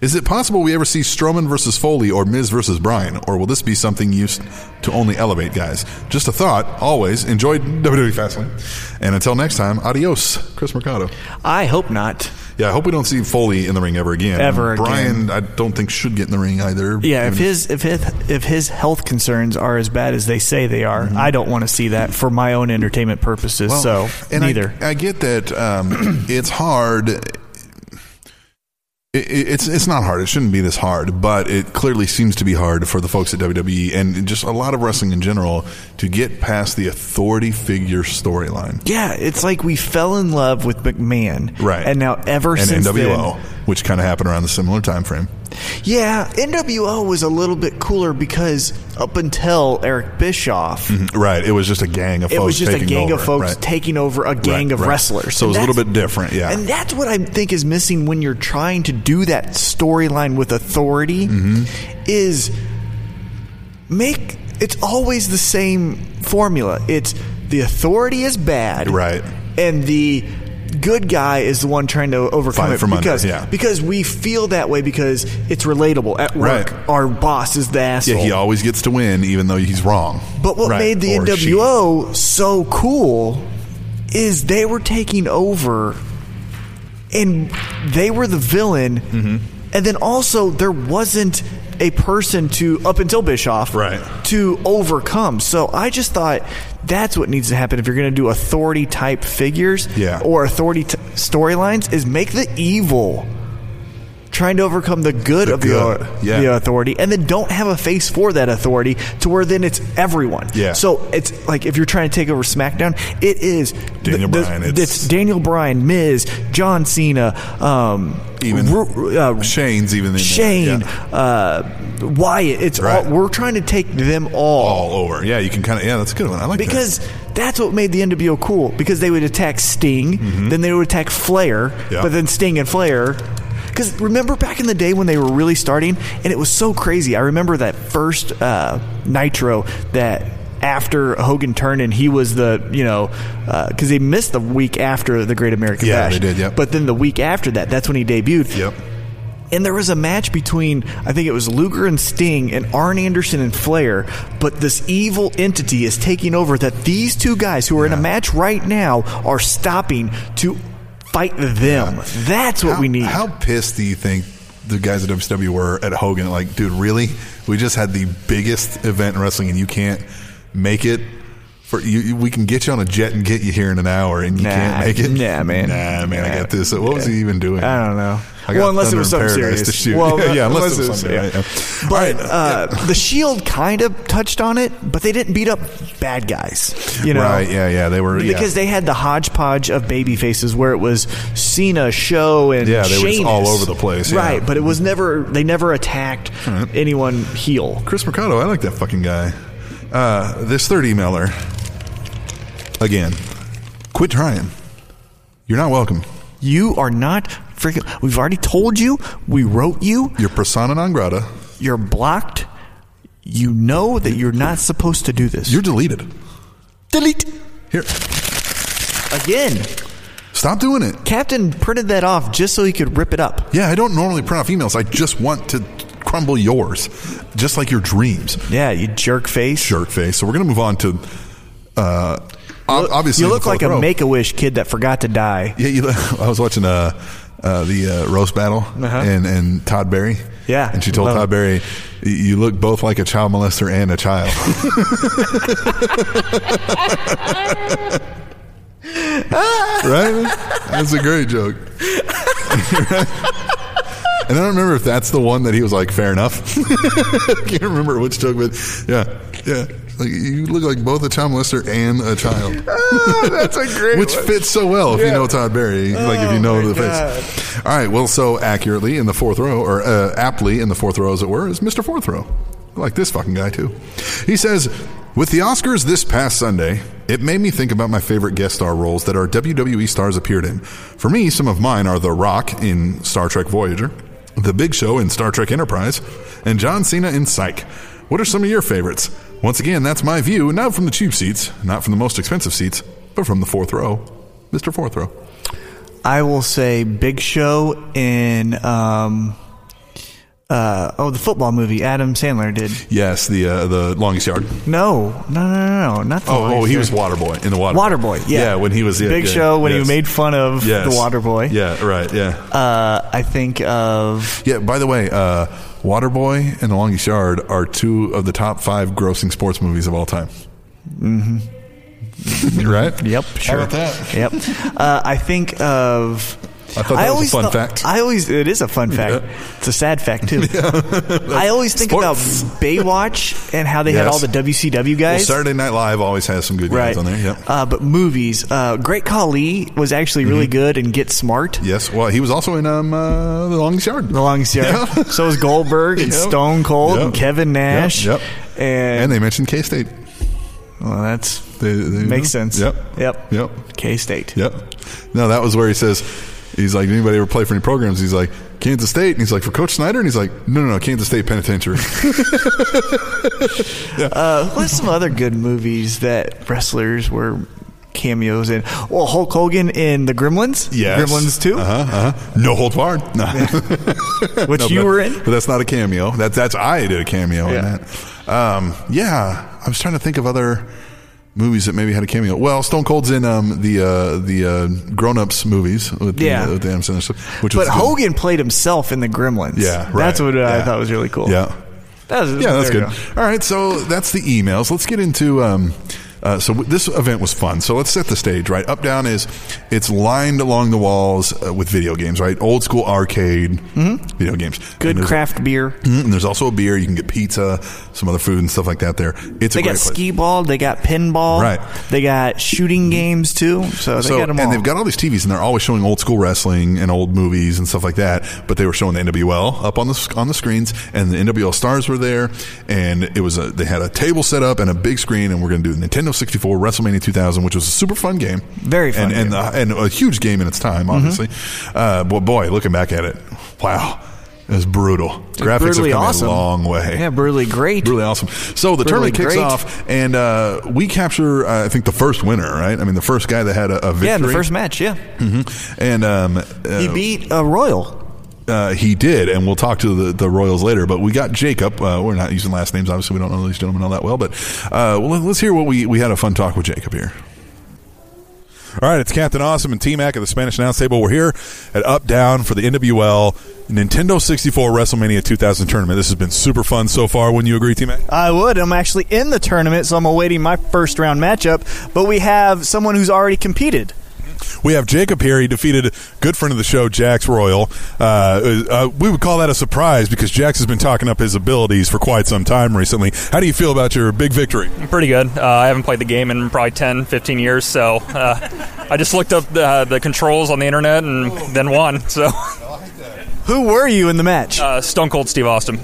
Is it possible we ever see Strowman versus Foley or Miz versus Bryan, or will this be something used to only elevate guys? Just a thought. Always enjoy WWE Fastlane, and until next time, adios, Chris Mercado. I hope not. Yeah, I hope we don't see Foley in the ring ever again. Ever again. Bryan, I don't think should get in the ring either. Yeah, if Even his if his if his health concerns are as bad as they say they are, I don't want to see that for my own entertainment purposes. Well, so and I- neither. I, get that um, it's hard. It, it- it's it's not hard. It shouldn't be this hard, but it clearly seems to be hard for the folks at WWE and just a lot of wrestling in general to get past the authority figure storyline. yeah, it's like we fell in love with McMahon, Right. And now ever and since NWO, then, which kind of happened around the similar time frame. yeah, NWO was a little bit cooler because up until Eric Bischoff, Right. It was just a gang of it folks. was just a taking gang over. of Mm-hmm. folks Right. taking over a gang Right, of right. wrestlers. So it was a And little that's- bit different, yeah. And that's what I think is missing when you're trying to do that storyline with authority Mm-hmm. is make it's always the same formula. It's the authority is bad. Right. And the good guy is the one trying to overcome Fight it from under, because yeah. because we feel that way because it's relatable at work. Right. Our boss is the asshole. Yeah, he always gets to win, even though he's wrong. But what Right, made the or she. NWO so cool is they were taking over and they were the villain. Mm-hmm. And then also, there wasn't a person to, up until Bischoff, Right. to overcome. So I just thought that's what needs to happen if you're going to do authority type figures Yeah. or authority t- storylines is make the evil trying to overcome the good The of good, the, yeah. the authority and then don't have a face for that authority to where then it's everyone. Yeah. So it's like if you're trying to take over SmackDown, it is Daniel the- the- Bryan, It's, it's- Daniel Bryan, Miz, John Cena, um, Even Ru- uh, Shane's even in there, Shane, yeah. uh, Wyatt. It's Right. all, we're trying to take them all. all over. Yeah, you can kind of. Yeah, that's a good one. I like that. Because that's what made the NWO cool. Because they would attack Sting, then they would attack Flair, Mm-hmm. Yeah. but then Sting and Flair. Because remember back in the day when they were really starting, and it was so crazy. I remember that first uh, Nitro that after Hogan turned, and he was the you know because they missed the week after the Great American Yeah, Bash. they did, yep. But then the week after that, that's when he debuted. Yep. And there was a match between, I think it was Luger and Sting and Arn Anderson and Flair, but this evil entity is taking over that these two guys who are in a match right now are stopping to fight them. That's what how, we need. How pissed do you think the guys at WCW were at Hogan. Like, dude, really? We just had the biggest event in wrestling, and you can't make it. For you, you- we can get you on a jet and get you here in an hour, and you Nah. can't make it. Nah, man. Nah, man, I Nah. got this. So What was he even doing? I don't know. I got well, unless it Thunder was in something Paradise serious. to shoot. Well, yeah, yeah, unless unless, it was yeah. something. right, yeah. But All right, uh, the Shield kind of touched on it, but they didn't beat up bad guys. You know, right? Yeah, yeah. They were yeah. because they had the hodgepodge of baby faces where it was Cena, Show, and Yeah, they were just Sheamus. all over the place, yeah. Mm-hmm. Right, but it was never they never attacked anyone heel. Chris Mercado, I like that fucking guy. Uh, this third emailer, again, quit trying. You're not welcome. You are not freaking. We've already told you. We wrote you. You're persona non grata. You're blocked. You know that you're not supposed to do this. You're deleted. delete Here, again. stop doing it. Captain printed that off just so he could rip it up. Yeah, I don't normally print off emails. I just want to crumble yours, just like your dreams, Yeah, you jerk face. jerk face. So we're gonna move on to. Uh, ob- obviously, you the look fourth like a row. make a wish kid that forgot to die. Yeah, you, I was watching uh, uh, the uh, roast battle and, and Todd Berry. Uh-huh. Yeah. and she told Love Todd Berry, "Y- "You look both like a child molester and a child." right? That's a great joke. and I don't remember if that's the one that he was like, "Fair enough." I can't remember which joke, but yeah, yeah. Like you look like both a child molester and a child. That's a great Oh Which fits so well if you know Todd Berry, like if you know my the face. All right, well, so accurately in the fourth row, or uh, aptly in the fourth row, as it were, is Mr. Fourth Row. I like this fucking guy, too. He says, With the Oscars this past Sunday, it made me think about my favorite guest star roles that our WWE stars appeared in. For me, some of mine are The Rock in Star Trek Voyager, The Big Show in Star Trek Enterprise, and John Cena in Psych. What are some of your favorites? Once again, that's my view, not from the cheap seats, not from the most expensive seats, but from the fourth row. Mr. Fourth Row. I will say Big Show in um uh oh the football movie Adam Sandler did. Yes, the uh, the longest yard. No, no, no, no, no, not the Oh, oh, he Lion was King. Waterboy in the water. Waterboy. Yeah, yeah, when he was yeah, Big yeah, Show when yes. he made fun of Yes. the Waterboy. Yeah, right. Yeah, Uh, I think of yeah. By the way, uh, Waterboy and The Longest Yard are two of the top five grossing sports movies of all time. Mm-hmm. right. yep, How sure. about that? Yep. Uh, I think of. I thought that was a fun fact. I always it is a fun fact. It's a sad fact too. I always think Sports. about Baywatch and how they had Yes. all the WCW Well, guys. Saturday Night Live always has some good Right. guys on there. Yep. Uh, but movies. Uh, Great Khali was actually Mm-hmm. really good and Get Smart. Yes. Well, he was also in um, uh, The Longest Yard. The longest yard. Yeah. So was Goldberg and Yep. Stone Cold Yep. and Kevin Nash. Yep. And, And they mentioned K State. well, that's makes sense. Yep. Yep. Yep. K State. Yep. No, that was where he says, he's like, anybody ever play for any programs? He's like, Kansas State. And he's like, for Coach Snyder? And he's like, no, no, no, Kansas State Penitentiary. What's some other good movies that wrestlers were cameos in? Well, Hulk Hogan in The Gremlins. yes. Gremlins 2, Uh-huh, uh-huh. No hold barred. No. which No, you but- were in. But that's not a cameo. That, that's I did a cameo in Yeah. that. Um, yeah. I was trying to think of other movies that maybe had a cameo. Well, Stone Cold's in um, the uh, the uh, Grown Ups movies with, Yeah. the, uh, with the Adam Sandler stuff. Which But was good. Hogan played himself in The Gremlins. Yeah, right. That's what uh, I Yeah. thought was really cool. Yeah. That was, Yeah, that's there good. you go. All right, so that's the emails. Let's get into. Um, uh, so w- this event was fun. So let's set the stage. Right, up down is it's lined along the walls uh, with video games. Right, old school arcade video games. Mm-hmm. Good And there's- craft beer. Mhm, And there's also a beer. You can get pizza, some other food and stuff like that. There, it's They a great got place. skee ball. They got pinball. Right. They got shooting games too. So they so, got them all. and they've got all these TVs, and they're always showing old school wrestling and old movies and stuff like that. But they were showing the NWL up on the sc- on the screens, and the NWL stars were there, and it was a, they had a table set up and a big screen, and we're going to do Nintendo 64 WrestleMania 2000, which was a super fun game, Very fun Mm-hmm. and and, the- and a huge game in its time, obviously. Uh, but boy, looking back at it, wow, it was brutal. Graphics have brutally come awesome. a long way. yeah, brutally great. Really awesome. So the Really tournament kicks great. off, and uh, we capture, uh, I think, the first winner, right? I mean, the first guy that had a, a victory. yeah, in the first match. Yeah, Mhm. And um, he uh, beat uh, Royal. uh, he did, and we'll talk to the, the Royals later. But we got Jacob. Uh, we're not using last names, obviously. We don't know these gentlemen all that well. But uh, well, let- let's hear what we we had a fun talk with Jacob here. All right, it's Captain Awesome and T Mac at the Spanish Announce Table. We're here at Up Down for the NWL Nintendo 64 WrestleMania 2000 tournament. This has been super fun so far. Wouldn't you agree, T Mac? I would. I'm actually in the tournament, so I'm awaiting my first round matchup. But we have someone who's already competed. We have Jacob here. He defeated good friend of the show, Jax Royal. Uh, uh, we would call that a surprise because Jax has been talking up his abilities for quite some time recently. How do you feel about your big victory? Pretty good. Uh, I haven't played the game in probably 10, 15 years, so uh, I just looked up the, the controls on the internet and then won. So Who were you in the match? uh, Stone Cold Steve Austin.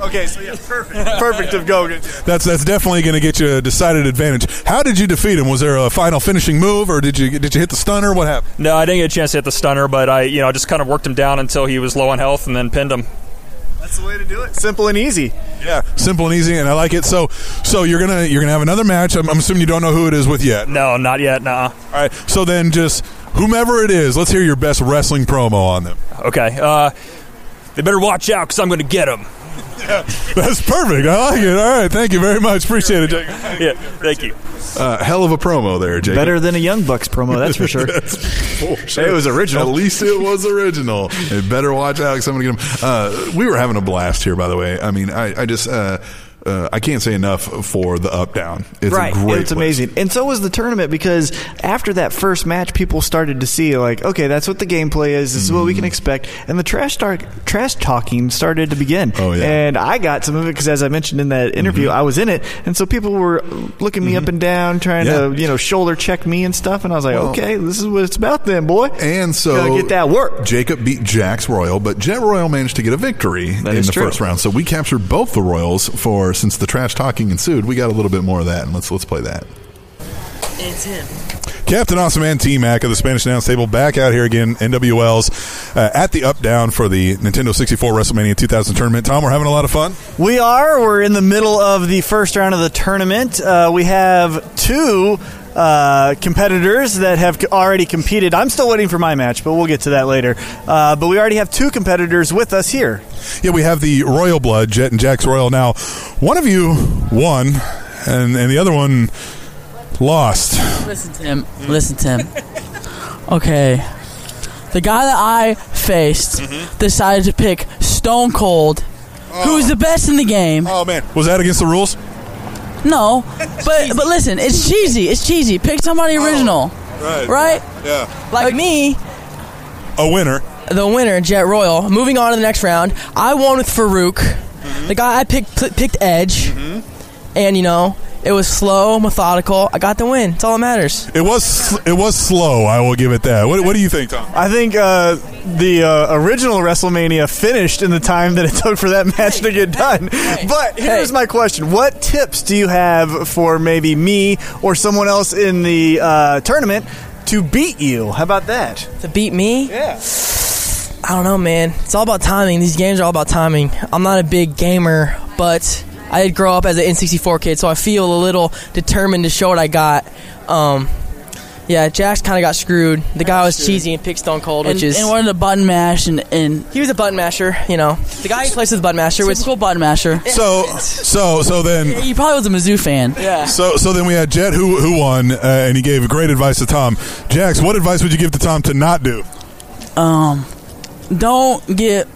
okay, so yeah, perfect. perfect of Gogan. That's that's definitely going to get you a decided advantage. How did you defeat him? Was there a final finishing move, or did you did you hit the stunner? What happened? No, I didn't get a chance to hit the stunner, but I you know just kind of worked him down until he was low on health and then pinned him. That's the way to do it. Simple and easy. Yeah, simple and easy, and I like it. So so you're gonna you're gonna have another match. I'm, I'm assuming you don't know who it is with yet. No, not yet. Nah. All right. So then just whomever it is, let's hear your best wrestling promo on them. Okay. Uh, they better watch out because I'm going to get him. That's perfect. I like it. All right. Thank you very much. Appreciate it, Jake. Yeah. Thank you. Uh, hell of a promo there, Jake. Better than a Young Bucks promo, that's for sure. It was original. At least it was original. And better watch out. 'cause I'm gonna get him. Uh, we were having a blast here, by the way. I mean, I, I just. Uh, uh, I can't say enough for the up down. It's right. a great. place. it's amazing. And so was the tournament because after that first match, people started to see like, okay, that's what the gameplay is. This is what we Mm-hmm. can expect. And the trash talk, trash talking started to begin. Oh, yeah. Mm-hmm. And I got some of it because as I mentioned in that interview, I was in it. And so people were looking me up and down, trying to, Yeah. you know, shoulder check me and stuff. And I was like, Well- okay, this is what it's about then, boy. And so Gotta get that work. Jacob beat Jax Royal, but Jet Royal managed to get a victory in is the true. first round. So we captured both the Royals for since the trash talking ensued. We got a little bit more of that, and let's let's play that. It's him. Captain Awesome and T Mac of the Spanish Announce Table back out here again. NWL's uh, at the up down for the Nintendo 64 WrestleMania 2000 tournament. Tom, we're having a lot of fun. We are. We're in the middle of the first round of the tournament. Uh, we have two uh, competitors that have c- already competed. I'm still waiting for my match, but we'll get to that later. Uh, but we already have two competitors with us here. Yeah, we have the Royal Blood, Jet and Jax Royal. Now, one of you won, and, and the other one lost. Listen to him. Listen to him. Okay. The guy that I faced decided to pick Stone Cold, who's the best in the game. Oh, man. Was that against the rules? No, but but listen, it's cheesy. It's cheesy. Pick somebody original, Right. right? Yeah. like me, A winner. the winner, Jet Royal. Moving on to the next round, I won with Farouk. The guy I picked pl- picked Edge, and you know it was slow, methodical. I got the win. It's all that matters. It was sl- it was slow. I will give it that. What, what do you think, Tom? I think uh, the uh, original WrestleMania finished in the time that it took for that match to get done. But here's Hey. my question: What tips do you have for maybe me or someone else in the uh, tournament to beat you? How about that? To beat me, Yeah. I don't know, man. It's all about timing. These games are all about timing. I'm not a big gamer, but I did grow up as an N64 kid, so I feel a little determined to show what I got. Um, yeah, Jax kind of got screwed. The guy was cheesy and picked Stone Cold, And, which is and wanted to button mash and, and He was a button masher, you know. The guy who plays with button masher, which typical button masher. So so so then He probably was a Mizzou fan. yeah, So, so then we had Jet who who won, uh, and he gave great advice to Tom. Jax, what advice would you give to Tom to not do? Don't get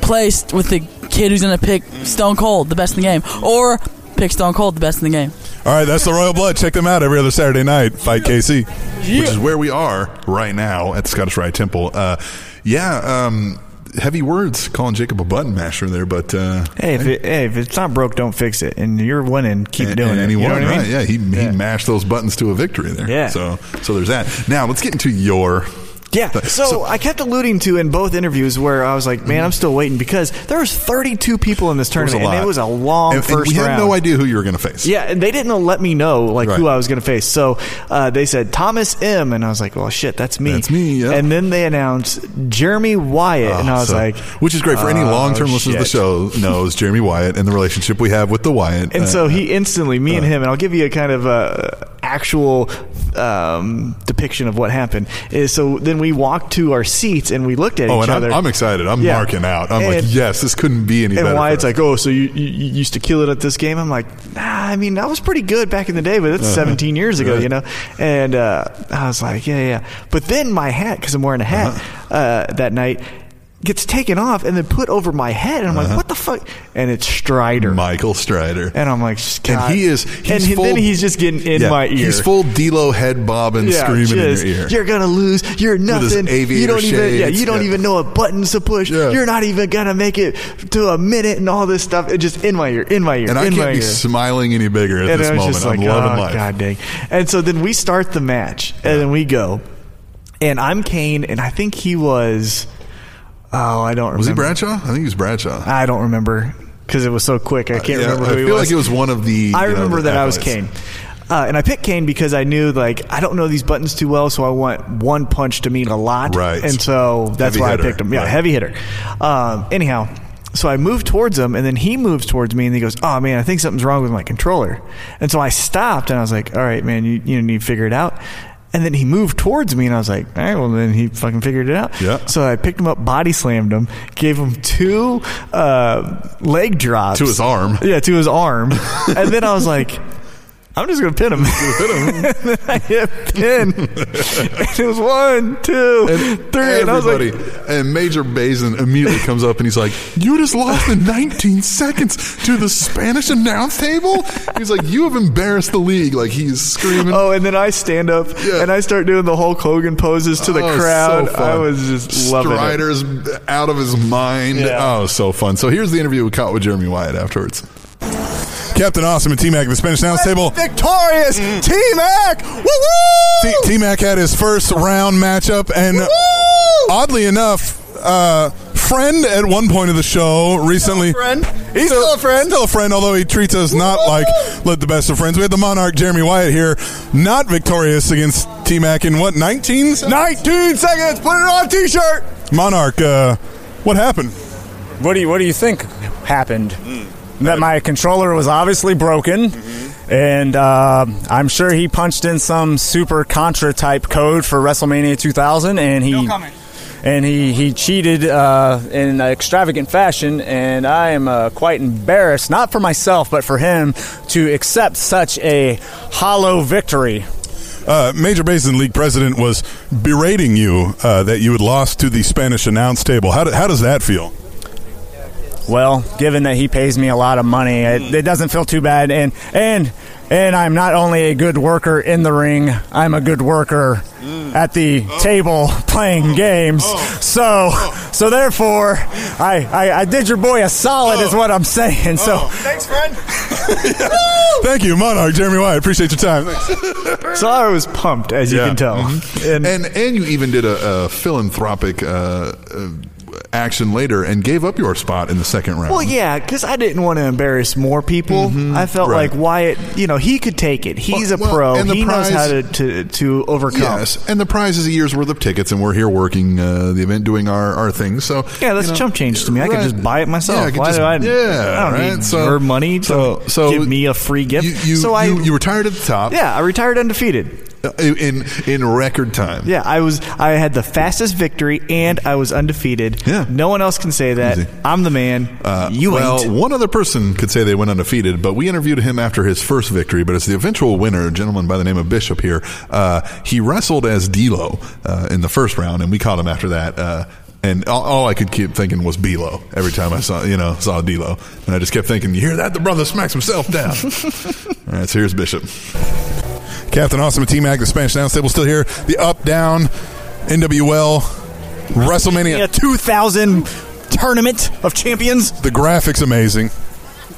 placed with the kid who's going to pick Stone Cold, the best in the game, or pick Stone Cold, the best in the game. All right, that's the Royal Blood. Check them out every other Saturday night. Fight KC, which is where we are right now at the Scottish Rite Temple. Uh, yeah, um, heavy words calling Jacob a button masher there, but uh, Hey, if, it, hey, if it's not broke, don't fix it. And you're winning, keep and, doing and it. he you won, know what I right? mean? Yeah, he, he mashed those buttons to a victory there. Yeah. So so there's that. Now let's get into your Yeah. Th- So, I kept alluding to in both interviews where I was like, "Man, I'm still waiting," because there was 32 people in this It Mm-hmm. was a tournament, and lot. it was a long And- and first we round. had no idea who you were going to face. Yeah, and they didn't let me know like who Right. I was going to face. So uh, they said Thomas M, and I was like, "Well, shit, that's me." That's me, yeah. Ah, And then they announced Jeremy Wyatt, and I was So- like, which is great for any "Oh, long term listeners of the shit." show knows Jeremy Wyatt and the relationship we have with the Wyatt. And Uh, so he instantly, me and him, and I'll give you a kind of uh, actual um, depiction of what happened. Is so then we walked to our seats and we looked at Oh, each and other. I'm, I'm excited. I'm Yeah. marking out. I'm And- like, yes, this couldn't be any and better. why for it's us. like, oh, so you, you, you used to kill it at this game? I'm like, nah, I mean, I was pretty good back in the day, but that's Uh-huh. 17 years ago, Right. you know? And uh, I was like, yeah, yeah. But then my hat, because I'm wearing a hat Uh-huh. uh that night, gets taken off and then put over my head. And I'm Uh-huh. like, what the fuck? And it's Strider. Michael Strider. and I'm like, God. he is- and he's he- full- then he's just getting in Yeah, my ear. He's full D'Lo head bobbing, Yeah, screaming just, in your ear. You're gonna lose. You're his nothing. You aviator don't even. Yeah, shades, you don't yeah. even know what buttons to push. Yeah. You're not even gonna make it to a minute and all this stuff. It just in my ear, in my ear, and I in can't my be ear. smiling any bigger at and this I was moment. just like, I'm loving oh life. god dang. And so then we start the match, and then we go, and I'm Kane, and I think he was. Oh, I don't remember. Was he Bradshaw? I think he was Bradshaw. I don't remember because it was so quick. I can't Uh, Yeah, remember who I he feel was. like it was one of the. I you know, remember the that I was athletes. Kane. Uh, and I picked Kane because I knew, like, I don't know these buttons too well, so I want one punch to mean a lot. Right. And so that's Heavy why hitter, I picked him. Yeah, right. heavy hitter. Um, anyhow, so I move towards him, and then he moves towards me, and he goes, Oh, man, I think something's wrong with my controller. And so I stopped, and I was like, All right, man, you, you need to figure it out. And then he moved towards me, and I was like, all right, well, then he fucking figured it out. Yeah. So I picked him up, body slammed him, gave him two uh, leg drops. To his arm. Yeah, to his arm. and then I was like, I'm just gonna pin him. and then I hit pin. and it was one, two, three, And and I was everybody, like, and Major Bazin immediately comes up and he's like, "You just lost in 19 seconds to the Spanish announce table." He's like, "You have embarrassed the league." Like he's screaming. Oh, and then I stand up Yeah. and I start doing the Hulk Hogan poses to the Oh, so crowd. fun. I was just loving it. Strider's out of his mind. Yeah. Oh, so fun. So here's the interview we caught with Jeremy Wyatt afterwards. Captain Awesome and T Mac at the Spanish Announce Table. Mm. Victorious T Mac! Woo woo! T Mac had his first round matchup, and oddly enough, uh, friend at one point of the show recently. friend. He's still a friend. Still a friend, although he treats us not like let the best of friends. We had the Monarch Jeremy Wyatt here, not victorious against T Mac in what, 19? 19 seconds. Put it on a T-shirt. Monarch, uh, what happened? What do you What do you think happened? That my controller was obviously broken, and uh, I'm sure he punched in some super contra type code for WrestleMania 2000, and he and he he cheated uh, in an extravagant fashion, and I am uh, quite embarrassed, not for myself, but for him to accept such a hollow victory. Uh, Major Basin League president was berating you uh, that you had lost to the Spanish announce table. How, do, how does that feel? Well, given that he pays me a lot of money, it, it doesn't feel too bad. And and and I'm not only a good worker in the ring, I'm a good worker at the table playing games. So so therefore, I, I I did your boy a solid, is what I'm saying. So Thanks, friend. Thank you, Monarch Jeremy Wyatt. Appreciate your time. So I was pumped, as you Yeah. Mm-hmm. can tell. And, and and you even did a, a philanthropic uh, uh, action later and gave up your spot in the second round. Well, yeah, because I didn't want to embarrass more people. I felt Mm-hmm. right. like Wyatt, you know, he could take it. He's Well, a well, pro. and the he knows prize- how to, to, to overcome. Yes, and the prize is a year's worth of tickets, and we're here working uh, the event, doing our, our thing. So Yeah, that's chump change to me. I could just buy it myself. Yeah, I could Why just- do I? Yeah, I don't right? need your money to give me a free gift. You, you- So I- you, you retired at the top. Yeah, I retired undefeated. uh, in in record time. Yeah, I was. I had the fastest victory, and I was undefeated. Yeah. no one else can say that. Easy. I'm the man. Uh, you well, ain't. one other person could say they went undefeated, but we interviewed him after his first victory. But as the eventual winner, a gentleman by the name of Bishop here, uh, he wrestled as D'Lo uh, in the first round, and we caught him after that. Uh, and all, all I could keep thinking was D'Lo every time I saw you know saw D'Lo, and I just kept thinking, you hear that? The brother smacks himself down. all right, so here's Bishop. Captain Awesome, Team Mac, the Spanish Down Stable, still here. The up down, NWL, WrestleMania. a 2000 tournament of champions. The graphics amazing.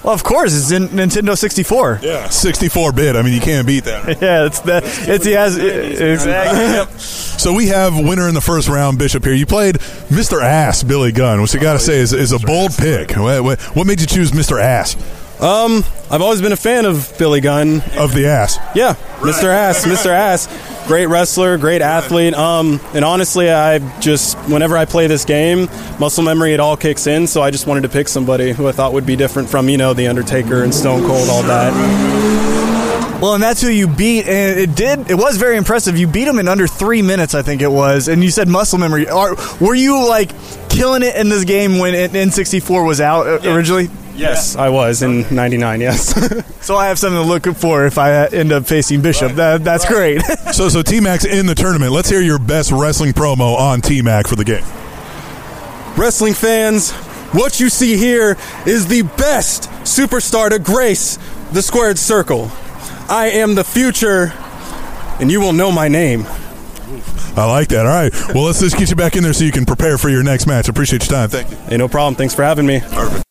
Well, of course, it's in Nintendo 64. Yeah, 64 bit. I mean, you can't beat that. Yeah, it's the it's the as exactly. So we have winner in the first round, Bishop here. You played Mr. Ass, Billy Gunn, which you Oh, got to say is, is a bold pick. What, what- what made you choose Mr. Ass Um, I've always been a fan of Billy Gunn. of the ass? Yeah, Mr. Ass, Mr. Ass, great wrestler, great athlete. Um, and honestly, I just whenever I play this game, muscle memory it all kicks in. So I just wanted to pick somebody who I thought would be different from you know the Undertaker and Stone Cold, all that. Well, and that's who you beat, and it did. It was very impressive. You beat him in under three minutes, I think it was. And you said muscle memory. Are, were you like killing it in this game when it- N64 was out uh, originally? Yes, I was in '99. Yes. so I have something to look for if I uh, end up facing Bishop. That, that's great. so so T Mac's in the tournament. Let's hear your best wrestling promo on T Mac for the game. Wrestling fans, what you see here is the best superstar to grace the squared circle. I am the future, and you will know my name. I like that. All right. Well, let's just get you back in there so you can prepare for your next match. Appreciate your Uh, time. Thank you. Hey, no problem. Thanks for having me. Perfect.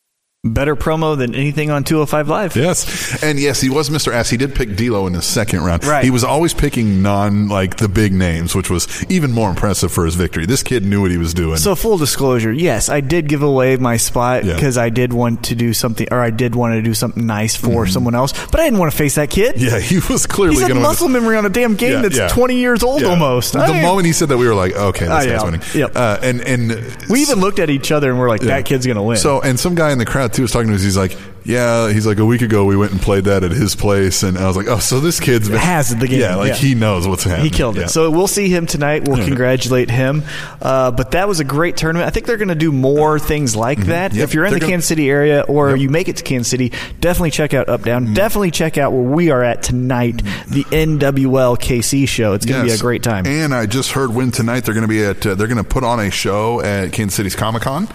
Better promo than anything on 205 Live. Yes, and yes, he was Mr. Ass. He did pick D'Lo in the second round. Right. He was always picking non like the big names, which was even more impressive for his victory. This kid knew what he was doing. So full disclosure, yes, I did give away my spot Yeah. because I did want to do something, or I did want to do something nice for someone else, but I didn't want to face that kid. Mm-hmm. yeah, he was clearly He's had gonna win this- muscle memory on a damn game Yeah, that's yeah. 20 years old Yeah. almost. The I ain't- moment he said that, we were like, okay, this Ah, guy's yeah. winning. Uh, and and we even looked at each other and we're like, Yeah. that kid's gonna win. So, and some guy in the crowd too was talking to us. He's like, "Yeah, he's like a week ago we went and played that at his place," and I was like, "Oh, so this kid's been, Has the game, Yeah, like yeah. he knows what's happening. he killed it. Yeah. So we'll see him tonight. We'll Yeah. congratulate him. Uh, but that was a great tournament. I think they're going to do more things like that. Mm-hmm. Yep. If you're in They're the gonna- Kansas City area or you make it to Kansas City, definitely check out Up Mm-hmm. Down. Definitely check out where we are at tonight, the NWL KC show. It's going to Yes. be a great time. And I just heard when tonight they're going to be at uh, they're going to put on a show at Kansas City's Comic Con.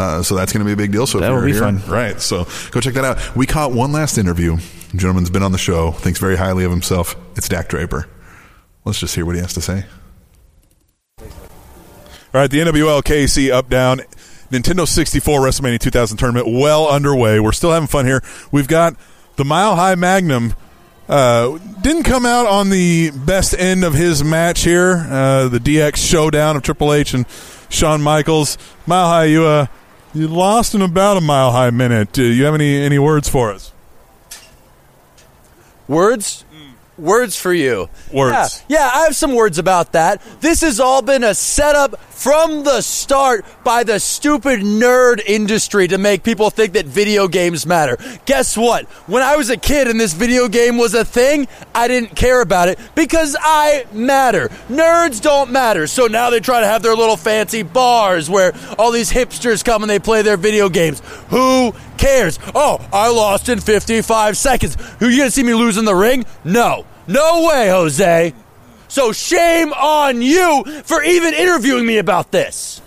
Uh, so that's going to be a big deal. So if That'll you're be here- fun. right? So go check that out. We caught one last interview. Gentleman's been on the show, thinks very highly of himself. It's Dak Draper. Let's just hear what he has to say. All right, the NWL KC up down Nintendo 64 WrestleMania 2000 tournament well underway. We're still having fun here. We've got the Mile High Magnum. Uh, didn't come out on the best end of his match here. Uh, the DX showdown of Triple H and Shawn Michaels. Mile High, you uh, you lost in about a mile high minute. Do you have any any words for us? Words? Words for you. Words. Yeah, yeah, I have some words about that. This has all been a setup from the start by the stupid nerd industry to make people think that video games matter. Guess what? When I was a kid and this video game was a thing, I didn't care about it because I matter. Nerds don't matter. So now they try to have their little fancy bars where all these hipsters come and they play their video games. Who cares? Oh, I lost in 55 seconds. Who you gonna see me lose in the ring? No. No way, Jose. So shame on you for even interviewing me about this.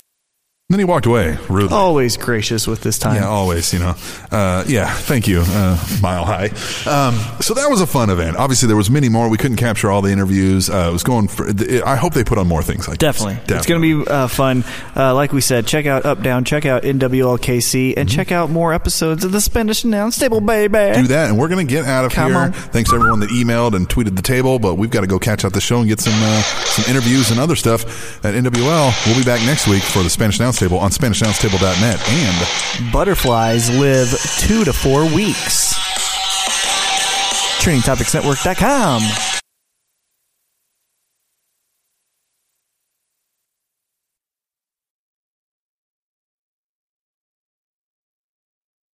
Then he walked away rudely. Always gracious with this time. Yeah, always, you know. Uh, yeah, thank you, uh, Mile High. Um, so that was a fun event. Obviously, there was many more. We couldn't capture all the interviews. Uh, it was going for. I hope they put on more things like Definitely. this. It's going to be uh, fun. Uh, like we said, check out Up Down, check out NWLKC, Mm-hmm. and check out more episodes of the Spanish Announce Table, baby. do that, and we're going to get out of Come here. on. Thanks to everyone that emailed and tweeted the table, but we've got to go catch out the show and get some uh, some interviews and other stuff at NWL. We'll be back next week for the Spanish Announce Table on SpanishAnnounceTable.net and Butterflies live two to four weeks. TrainingTopicsNetwork.com.